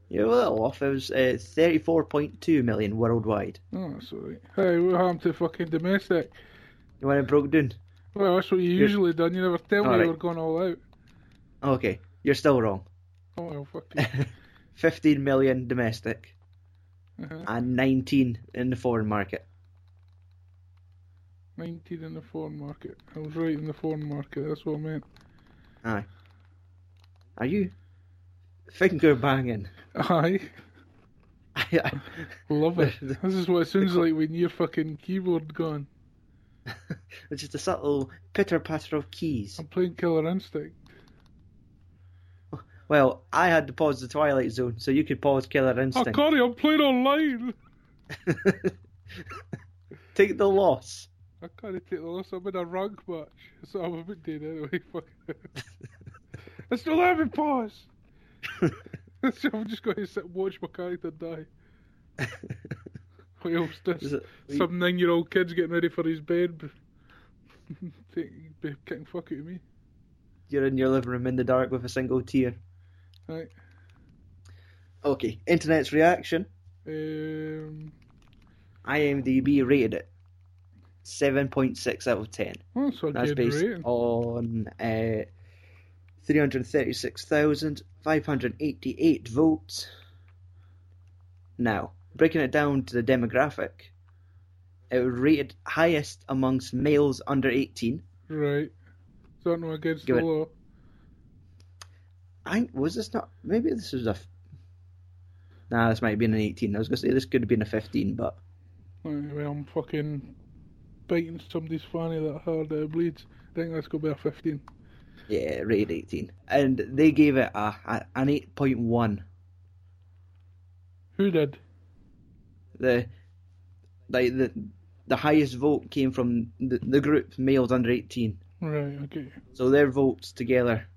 [SPEAKER 2] You're a little off. It was uh, thirty-four point two million worldwide.
[SPEAKER 3] Oh, that's alright. Hey, what happened to fucking domestic?
[SPEAKER 2] You want it broke down?
[SPEAKER 3] Well, that's what you usually done. You never tell me
[SPEAKER 2] Alright.
[SPEAKER 3] you were going all out.
[SPEAKER 2] Okay, you're still wrong.
[SPEAKER 3] Oh, well, fuck you.
[SPEAKER 2] Fifteen million domestic
[SPEAKER 3] Uh-huh.
[SPEAKER 2] and nineteen in the foreign market.
[SPEAKER 3] 19 in the foreign market. I was right in the foreign market, that's what I meant.
[SPEAKER 2] Aye. Are you finger banging?
[SPEAKER 3] Aye.
[SPEAKER 2] I,
[SPEAKER 3] Love it. this is what it sounds like when your fucking keyboard gone.
[SPEAKER 2] it's just a subtle pitter patter of keys.
[SPEAKER 3] I'm playing Killer Instinct.
[SPEAKER 2] Well, I had to pause the Twilight Zone, so you could pause Killer
[SPEAKER 3] Oh,
[SPEAKER 2] Instinct.
[SPEAKER 3] Connie, I'm playing online.
[SPEAKER 2] Take the loss.
[SPEAKER 3] I can't take the loss. I'm in a rank match. That's what I'm about doing anyway. Fuck. It's not having pause. so I'm just going to sit and watch my character die. What else does?
[SPEAKER 2] Is it-
[SPEAKER 3] Some nine year old kid's getting ready for his bed. Take- be Kicking fuck out of me.
[SPEAKER 2] You're in your living room in the dark with a single tear.
[SPEAKER 3] Right.
[SPEAKER 2] Okay, internet's reaction.
[SPEAKER 3] Um,
[SPEAKER 2] IMDb rated it 7.6 out of 10.
[SPEAKER 3] well, that's a
[SPEAKER 2] That's
[SPEAKER 3] good
[SPEAKER 2] based
[SPEAKER 3] rating.
[SPEAKER 2] on uh, 336,588 votes. Now, breaking it down to the demographic, it was rated highest amongst males under 18.
[SPEAKER 3] Right. Is that not against
[SPEAKER 2] Give
[SPEAKER 3] the
[SPEAKER 2] it-
[SPEAKER 3] law?
[SPEAKER 2] I was this not maybe this was a f- nah this might have been an 18 I was gonna say this could have been a 15 but
[SPEAKER 3] Right, well, I'm fucking biting somebody's fanny that hard that it bleeds. I think that's going to be a 15.
[SPEAKER 2] yeah rated 18 and they gave it a, a an 8.1
[SPEAKER 3] Who did?
[SPEAKER 2] the like the the highest vote came from the, the group males under 18
[SPEAKER 3] Right, okay.
[SPEAKER 2] so their votes together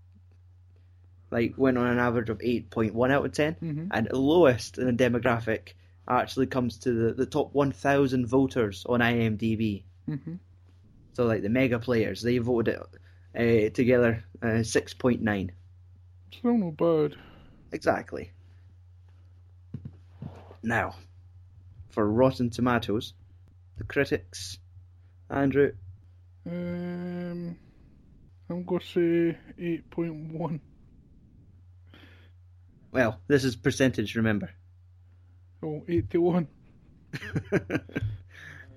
[SPEAKER 2] like went on an average of 8.1 out of 10
[SPEAKER 3] Mhm.
[SPEAKER 2] and the lowest in the demographic actually comes to the, the top 1000 voters on IMDb
[SPEAKER 3] hmm
[SPEAKER 2] So like the mega players, they voted it uh, together uh, six point nine
[SPEAKER 3] Still not bad.
[SPEAKER 2] exactly. Now, for Rotten Tomatoes, the critics, Andrew,
[SPEAKER 3] Um, I'm going to say 8.1.
[SPEAKER 2] well, this is percentage, remember,
[SPEAKER 3] Oh, 81.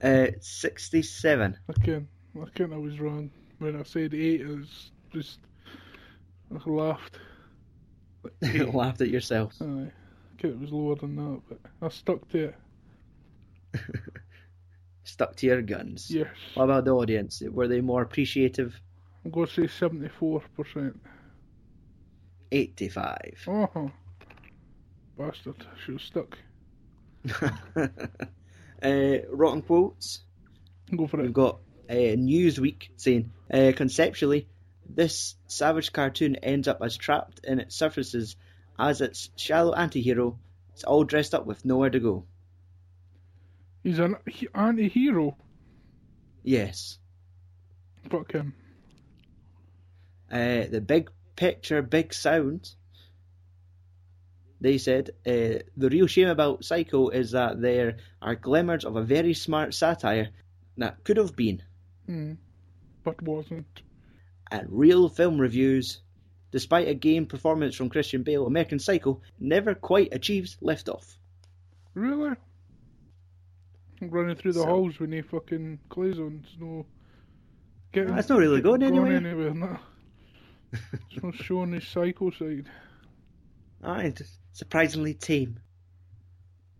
[SPEAKER 2] uh, sixty-seven.
[SPEAKER 3] Again, again, I was wrong. When I said 8, it was just. I laughed.
[SPEAKER 2] Laughed at yourself.
[SPEAKER 3] Aye. Okay, it was lower than that, but I stuck to it.
[SPEAKER 2] Stuck to your guns.
[SPEAKER 3] Yes.
[SPEAKER 2] What about the audience? Were they more appreciative?
[SPEAKER 3] I'm going to say 74%.
[SPEAKER 2] Eighty-five.
[SPEAKER 3] Oh, bastard! She was stuck.
[SPEAKER 2] uh, rotten quotes.
[SPEAKER 3] Go for
[SPEAKER 2] We've
[SPEAKER 3] it.
[SPEAKER 2] got uh, Newsweek saying, uh, conceptually, this savage cartoon ends up as trapped in its surfaces as its shallow anti-hero. It's all dressed up with nowhere to go.
[SPEAKER 3] He's an he- anti-hero.
[SPEAKER 2] Yes.
[SPEAKER 3] Fuck him.
[SPEAKER 2] Uh, the big picture, big sound. They said uh, the real shame about Psycho is that there are glimmers of a very smart satire that could have been,
[SPEAKER 3] Mm. But wasn't.
[SPEAKER 2] and real film reviews. Despite a game performance from Christian Bale, American Psycho never quite achieves liftoff.
[SPEAKER 3] Really? Running through the
[SPEAKER 2] So-
[SPEAKER 3] halls with no fucking clothes on. It's no. Getting,
[SPEAKER 2] That's not really going anywhere.
[SPEAKER 3] anywhere no. it's not showing his psycho side.
[SPEAKER 2] Aye, Ah, it's surprisingly tame.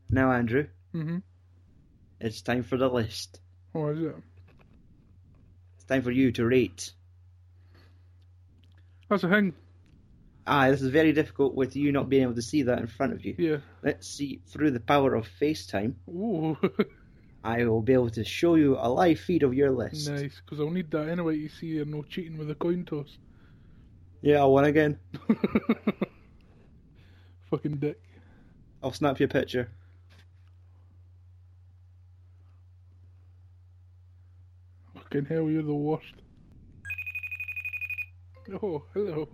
[SPEAKER 2] Now, Andrew,
[SPEAKER 3] Mm-hmm.
[SPEAKER 2] it's time for the list.
[SPEAKER 3] Oh, is it?
[SPEAKER 2] It's time for you to rate.
[SPEAKER 3] That's a thing.
[SPEAKER 2] Aye, Ah, this is very difficult with you not being able to see that in front of you.
[SPEAKER 3] Yeah.
[SPEAKER 2] Let's see, through the power of FaceTime,
[SPEAKER 3] Ooh.
[SPEAKER 2] I will be able to show you a live feed of your list.
[SPEAKER 3] nice. Because I'll need that anyway to see you're no cheating with the coin toss.
[SPEAKER 2] Yeah, I won again.
[SPEAKER 3] fucking dick.
[SPEAKER 2] I'll snap your picture.
[SPEAKER 3] Fucking hell, you're the worst. Oh, hello.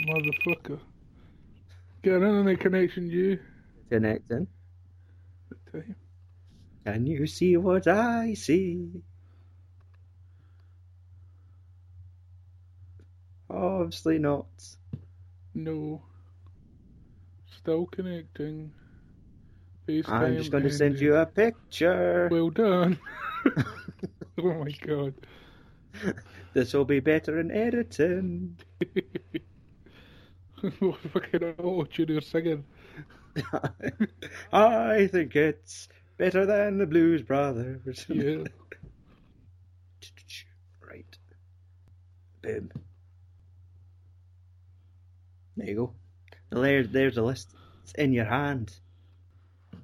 [SPEAKER 3] Motherfucker. Get an internet connection, you.
[SPEAKER 2] Connecting.
[SPEAKER 3] Tell you.
[SPEAKER 2] Can you see what I see? Obviously not.
[SPEAKER 3] No. Still connecting. FaceTime
[SPEAKER 2] I'm just going to send
[SPEAKER 3] ended.
[SPEAKER 2] you a picture.
[SPEAKER 3] Well done. oh my god.
[SPEAKER 2] This will be better in editing.
[SPEAKER 3] Fucking oh, Junior singing.
[SPEAKER 2] I think it's better than the Blues Brothers.
[SPEAKER 3] Yeah.
[SPEAKER 2] Right. Boom. There you go. There's there's a list. It's in your hand.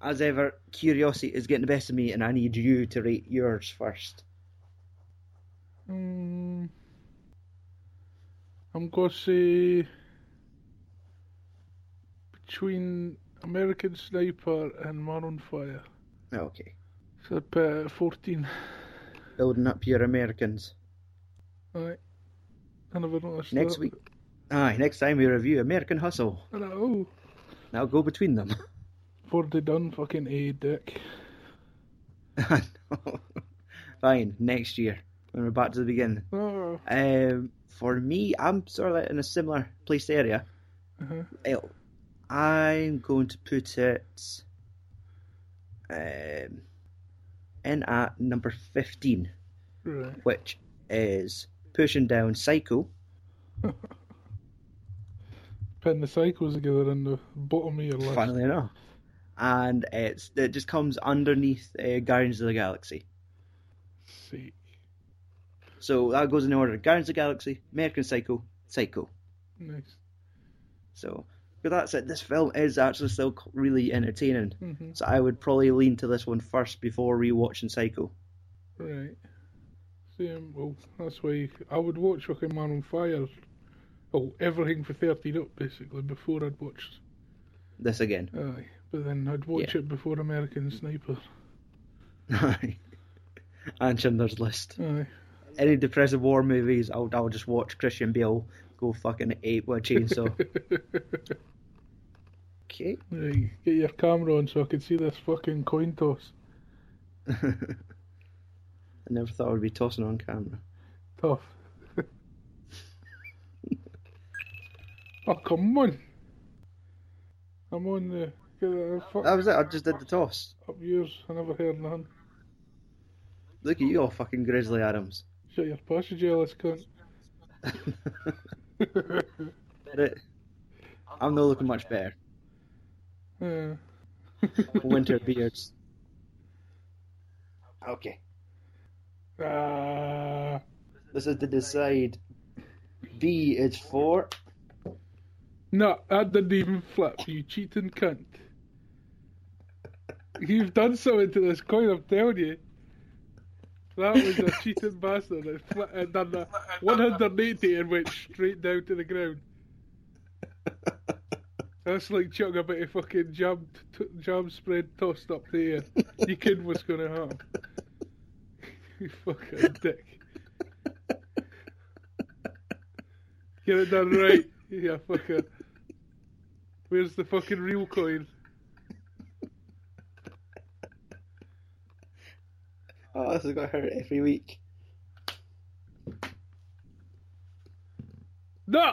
[SPEAKER 2] As ever, curiosity is getting the best of me, and I need you to rate yours first.
[SPEAKER 3] Mm, I'm going to say between American Sniper and Maroon Fire.
[SPEAKER 2] Okay.
[SPEAKER 3] So uh, I'd put it 14.
[SPEAKER 2] Building up your Americans.
[SPEAKER 3] Alright. I never noticed
[SPEAKER 2] Next
[SPEAKER 3] that.
[SPEAKER 2] week. Aye, next time we review American Hustle.
[SPEAKER 3] I know.
[SPEAKER 2] Now go between them.
[SPEAKER 3] Already done fucking A, dick.
[SPEAKER 2] I know. Fine, next year when we're back to the beginning.
[SPEAKER 3] Oh,
[SPEAKER 2] Um, for me, I'm sort of like in a similar place area.
[SPEAKER 3] uh-huh.
[SPEAKER 2] Well, I'm going to put it um, in at number 15,
[SPEAKER 3] Right.
[SPEAKER 2] which is Pushing Down Psycho.
[SPEAKER 3] Pin the cycles together in the bottom of your list.
[SPEAKER 2] Funnily enough. And it's it just comes underneath uh, Guardians of the Galaxy.
[SPEAKER 3] Sake.
[SPEAKER 2] So that goes in order: Guardians of the Galaxy, American Psycho, Psycho.
[SPEAKER 3] Next.
[SPEAKER 2] So, but that's it. This film is actually still c- really entertaining.
[SPEAKER 3] hmm
[SPEAKER 2] So I would probably lean to this one first before rewatching Psycho.
[SPEAKER 3] Right. See, um, well, that's why I would watch fucking Man on Fire. Oh, everything for 13 up, basically, before I'd watch.
[SPEAKER 2] This again.
[SPEAKER 3] Aye. But then I'd watch
[SPEAKER 2] Yeah.
[SPEAKER 3] it before American Sniper.
[SPEAKER 2] and Schindler's List.
[SPEAKER 3] Aye.
[SPEAKER 2] Any depressive war movies, I'll, I'll just watch Christian Bale go fucking ape with a chainsaw. okay.
[SPEAKER 3] Right, get your camera on so I can see this fucking coin toss.
[SPEAKER 2] I never thought I would be tossing on camera.
[SPEAKER 3] Tough. oh, come on. I'm on the. Get that fuck
[SPEAKER 2] That was it. I just did the toss.
[SPEAKER 3] up yours. I never heard none.
[SPEAKER 2] Look at you, all fucking Grizzly Adams.
[SPEAKER 3] Shut your passage, Alice cunt.
[SPEAKER 2] Did it. I'm not looking much better.
[SPEAKER 3] Yeah.
[SPEAKER 2] Winter beards. Okay.
[SPEAKER 3] Ah,
[SPEAKER 2] This is to decide. B is for.
[SPEAKER 3] no, I didn't even flip, you cheating cunt. You've done something to this coin, I'm telling you. That was a cheating bastard that flipped and done that 180 and went straight down to the ground. That's like chucking a bit of fucking jam, t- jam spread tossed up the air. You kid what's going to happen. you fucking dick. Get it done right. Yeah, fucker. Where's the fucking real coin?
[SPEAKER 2] Oh, this is going to hurt every week.
[SPEAKER 3] No!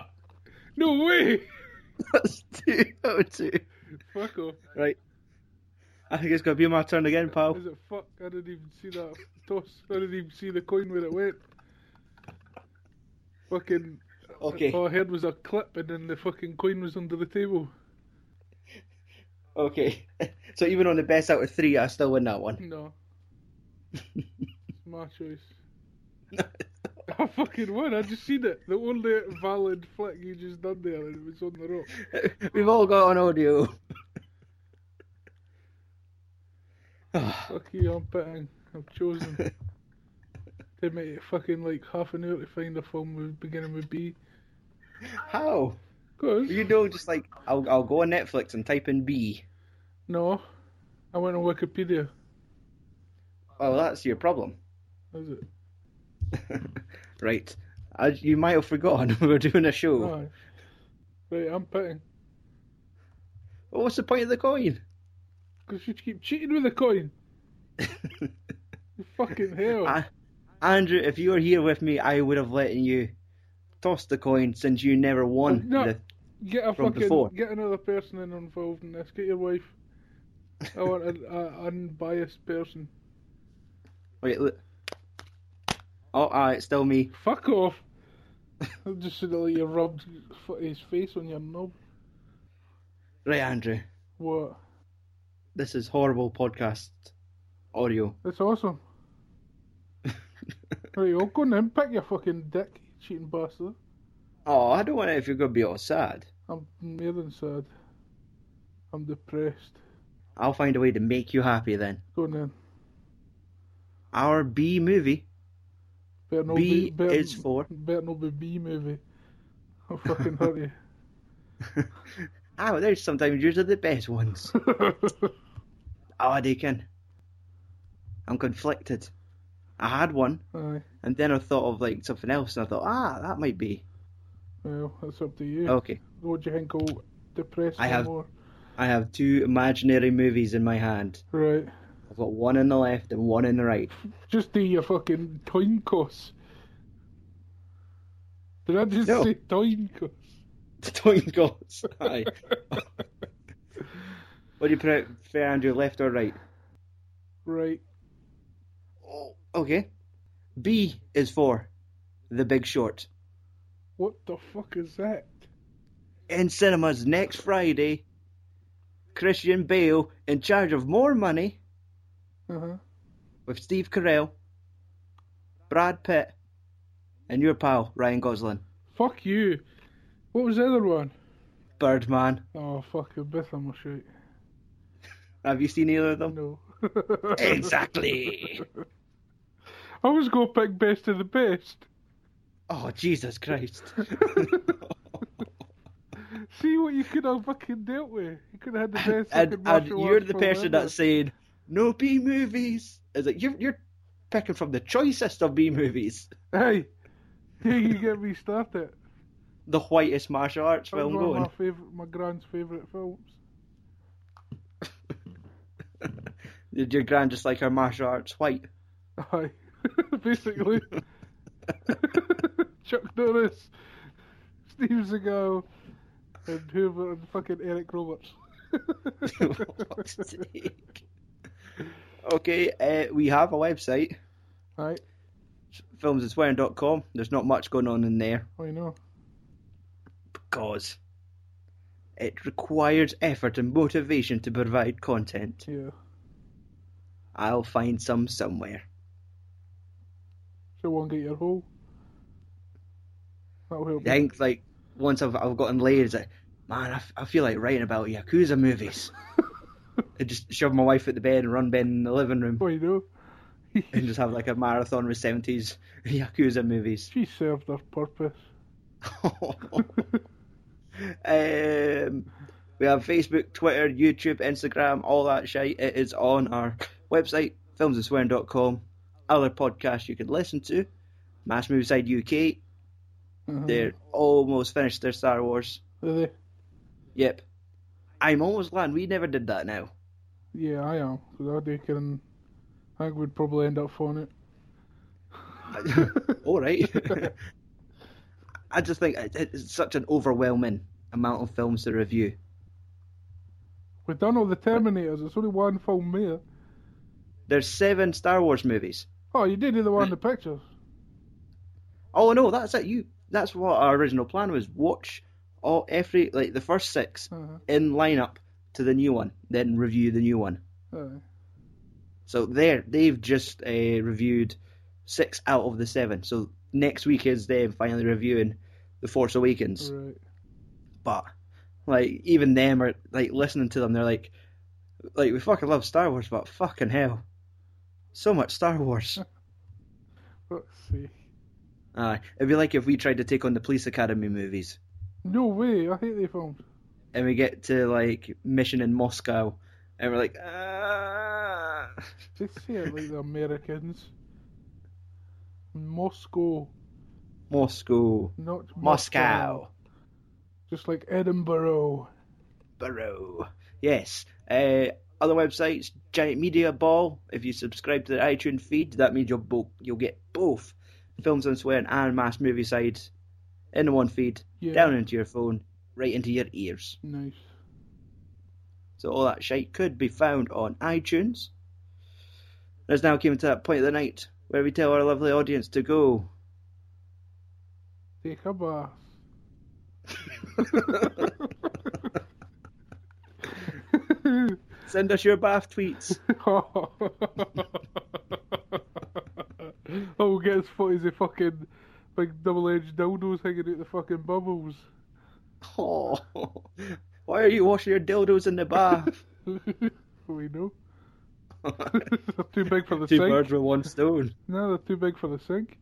[SPEAKER 3] No way!
[SPEAKER 2] That's two out of two.
[SPEAKER 3] Fuck off.
[SPEAKER 2] Right. I think it's going to be my turn again, pal.
[SPEAKER 3] Is it fuck? I didn't even see that toss. I didn't even see the coin where it went. Fucking.
[SPEAKER 2] Okay.
[SPEAKER 3] All I heard was a clip and then the fucking coin was under the table.
[SPEAKER 2] Okay. So even on the best out of three, I still win that one.
[SPEAKER 3] No. it's my choice. I fucking won. I just seen it. The only valid flick you just done there and it was on the rock.
[SPEAKER 2] We've all got on audio. Ah,
[SPEAKER 3] Fuck you, I'm betting. I've chosen. they make it fucking like half an hour to find a film with beginning with B.
[SPEAKER 2] How?
[SPEAKER 3] Cause
[SPEAKER 2] You know, just like, I'll, I'll go on Netflix and type in B.
[SPEAKER 3] no, I went on Wikipedia.
[SPEAKER 2] Oh, that's your problem.
[SPEAKER 3] Is it?
[SPEAKER 2] right. I, you might have forgotten we were doing a show.
[SPEAKER 3] Aye. Right, I'm betting.
[SPEAKER 2] Well, what's the point of the coin?
[SPEAKER 3] Because you keep cheating with the coin. You fucking hell.
[SPEAKER 2] I, Andrew, if you were here with me, I would have let you toss the coin since you never won.
[SPEAKER 3] No.
[SPEAKER 2] the-
[SPEAKER 3] get a
[SPEAKER 2] from
[SPEAKER 3] fucking
[SPEAKER 2] before.
[SPEAKER 3] get another person in involved in this. Get your wife. I want an uh, unbiased person.
[SPEAKER 2] Wait, look. Oh, aye, it's still me.
[SPEAKER 3] Fuck off. I just should have let you rubbed f- his face on your knob.
[SPEAKER 2] Right, Andrew.
[SPEAKER 3] What?
[SPEAKER 2] This is horrible podcast audio.
[SPEAKER 3] That's awesome. right, I'll go and pick your fucking dick, you cheating bastard.
[SPEAKER 2] Oh, I don't want it if you're going to be all sad.
[SPEAKER 3] I'm more than sad. I'm depressed.
[SPEAKER 2] I'll find a way to make you happy then.
[SPEAKER 3] Go on then.
[SPEAKER 2] Our B movie.
[SPEAKER 3] Better not
[SPEAKER 2] B
[SPEAKER 3] be, better,
[SPEAKER 2] is for-
[SPEAKER 3] Better not be B movie. I'll fucking hurt you.
[SPEAKER 2] Oh, there's sometimes yours are the best ones. oh, they can. I'm conflicted. I had one,
[SPEAKER 3] Aye.
[SPEAKER 2] and then I thought of like something else, and I thought, ah, that might be
[SPEAKER 3] Well, that's up to you.
[SPEAKER 2] okay.
[SPEAKER 3] What do you think will depress
[SPEAKER 2] Oh. I
[SPEAKER 3] me
[SPEAKER 2] have-
[SPEAKER 3] more?
[SPEAKER 2] I have two imaginary movies in my hand.
[SPEAKER 3] Right.
[SPEAKER 2] I've got one on the left and one on the right.
[SPEAKER 3] Just do your fucking toinkos. Did I just
[SPEAKER 2] No.
[SPEAKER 3] say toinkos?
[SPEAKER 2] Toinkos. Aye. what do you prefer, Andrew, left or right?
[SPEAKER 3] Right.
[SPEAKER 2] Oh, okay. B is for The Big Short.
[SPEAKER 3] What the fuck is that?
[SPEAKER 2] in cinemas next Friday. Christian Bale in charge of more money
[SPEAKER 3] Uh huh.
[SPEAKER 2] with Steve Carell, Brad Pitt, and your pal Ryan Gosling.
[SPEAKER 3] Fuck you. What was the other one?
[SPEAKER 2] Birdman.
[SPEAKER 3] Oh, fuck, a bit on my shit.
[SPEAKER 2] Have you seen either of them?
[SPEAKER 3] No.
[SPEAKER 2] Exactly.
[SPEAKER 3] I was going to pick best of the best.
[SPEAKER 2] Oh Jesus Christ!
[SPEAKER 3] See what you could have fucking dealt with. You could have had the best.
[SPEAKER 2] and
[SPEAKER 3] fucking
[SPEAKER 2] and
[SPEAKER 3] martial
[SPEAKER 2] you're
[SPEAKER 3] arts
[SPEAKER 2] the
[SPEAKER 3] film
[SPEAKER 2] person
[SPEAKER 3] ever.
[SPEAKER 2] that's saying no B movies. Is like you're you're picking from the choicest of B movies,
[SPEAKER 3] Hey, here you get me started.
[SPEAKER 2] the whitest martial arts
[SPEAKER 3] That's
[SPEAKER 2] film
[SPEAKER 3] one of
[SPEAKER 2] going.
[SPEAKER 3] my favorite, my grand's favorite films.
[SPEAKER 2] Your grand just like her martial arts white.
[SPEAKER 3] Aye, basically. Chuck Norris, Steve Seagal, and Hoover and fucking Eric Roberts.
[SPEAKER 2] Fuck's sake. okay, uh, we have a website,
[SPEAKER 3] Right,
[SPEAKER 2] filmsandswearing.com. There's not much going on in there
[SPEAKER 3] I know.
[SPEAKER 2] because it requires effort and motivation to provide content.
[SPEAKER 3] Yeah.
[SPEAKER 2] I'll find some somewhere.
[SPEAKER 3] So won't get your hole. That'll help.
[SPEAKER 2] I think, like, once I've, I've gotten layers, like, man, I, f- I feel like writing about Yakuza movies. I just shove my wife at the bed and run Ben in the living room
[SPEAKER 3] Why no?
[SPEAKER 2] and just have, like, a marathon with 70s Yakuza movies.
[SPEAKER 3] She served her purpose.
[SPEAKER 2] um, we have Facebook, Twitter, YouTube, Instagram, all that shit. It is on our website, filmsandswearing.com. Other podcasts you can listen to, Mass Movie Side UK.
[SPEAKER 3] Mhm.
[SPEAKER 2] They're almost finished their Star Wars.
[SPEAKER 3] Are they?
[SPEAKER 2] Yep. I'm almost glad we never did that now.
[SPEAKER 3] Yeah, I am. 'cause I do can. I think we'd probably end up on it.
[SPEAKER 2] all right. I just think it- it's such an overwhelming amount of films to review.
[SPEAKER 3] We've done all the Terminators. It's only one film there.
[SPEAKER 2] There's seven Star Wars movies.
[SPEAKER 3] Oh, you did do the one in the pictures.
[SPEAKER 2] Oh no, that's it. You that's what our original plan was. Watch all every like the first six
[SPEAKER 3] Uh-huh.
[SPEAKER 2] in lineup to the new one, then review the new one.
[SPEAKER 3] Aye.
[SPEAKER 2] So there, they've just uh, reviewed six out of the seven. So next week is them finally reviewing the Force Awakens.
[SPEAKER 3] Right.
[SPEAKER 2] But like even them are like listening to them, they're like, like we fucking love Star Wars, but fucking hell, so much Star Wars.
[SPEAKER 3] Fuck's sake.
[SPEAKER 2] Aye, it'd be like if we tried to take on the Police Academy movies.
[SPEAKER 3] No way. I hate the films.
[SPEAKER 2] and we get to like mission in Moscow, and we're like, ah.
[SPEAKER 3] They say it like the Americans. Moscow,
[SPEAKER 2] Moscow,
[SPEAKER 3] not
[SPEAKER 2] Moscow,
[SPEAKER 3] Just like Edinburgh.
[SPEAKER 2] Barrow. Yes. Uh, other websites, Giant Media Ball. If you subscribe to the iTunes feed, that means you'll bo- you'll get both films and swearing and mass movie sides in the one feed,
[SPEAKER 3] Yeah.
[SPEAKER 2] down into your phone, right into your ears.
[SPEAKER 3] Nice.
[SPEAKER 2] So all that shite could be found on iTunes. It's now came to that point of the night where we tell our lovely audience to go.
[SPEAKER 3] Take a bath.
[SPEAKER 2] Send us your bath tweets.
[SPEAKER 3] All gets what is a fucking big double edged dildos hanging out the fucking bubbles.
[SPEAKER 2] Oh, why are you washing your dildos in the bath?
[SPEAKER 3] we know. they're too big for the
[SPEAKER 2] Two
[SPEAKER 3] sink.
[SPEAKER 2] birds with one stone.
[SPEAKER 3] No, they're too big for the sink.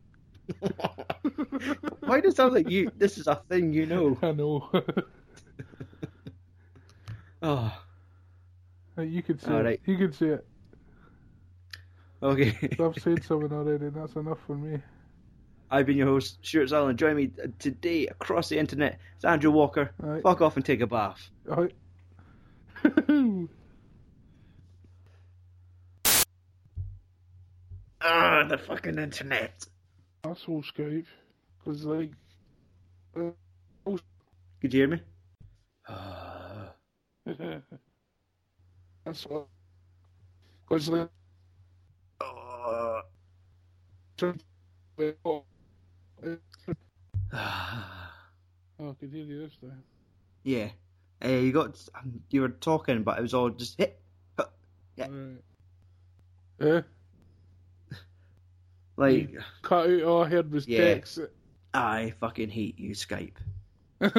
[SPEAKER 2] Why does it sound like you? This is a thing you know.
[SPEAKER 3] I know.
[SPEAKER 2] Oh,
[SPEAKER 3] you could say
[SPEAKER 2] Alright.
[SPEAKER 3] it. You could say it.
[SPEAKER 2] okay.
[SPEAKER 3] I've said something already, and that's enough for me.
[SPEAKER 2] I've been your host, Stuart Allen. Join me uh, today across the internet. It's Andrew Walker.
[SPEAKER 3] Aye.
[SPEAKER 2] Fuck off and take a bath.
[SPEAKER 3] Alright.
[SPEAKER 2] Ah, the fucking internet.
[SPEAKER 3] Asshole Skype. Because, like,
[SPEAKER 2] Could you hear me?
[SPEAKER 3] that's what. Because, like, oh,
[SPEAKER 2] Ah.
[SPEAKER 3] I could hear you this time.
[SPEAKER 2] yeah. Uh, you got. Um, you were talking, but it was all just hit. Yeah.
[SPEAKER 3] Alright. Eh?
[SPEAKER 2] Like,
[SPEAKER 3] Cut out all I heard was
[SPEAKER 2] Yeah.
[SPEAKER 3] text.
[SPEAKER 2] I fucking hate you, Skype.
[SPEAKER 3] oh,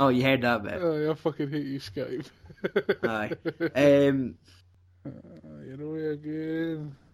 [SPEAKER 2] Oh, you heard that bit.
[SPEAKER 3] I fucking hate you, Skype.
[SPEAKER 2] Aye. Um,
[SPEAKER 3] You're away again.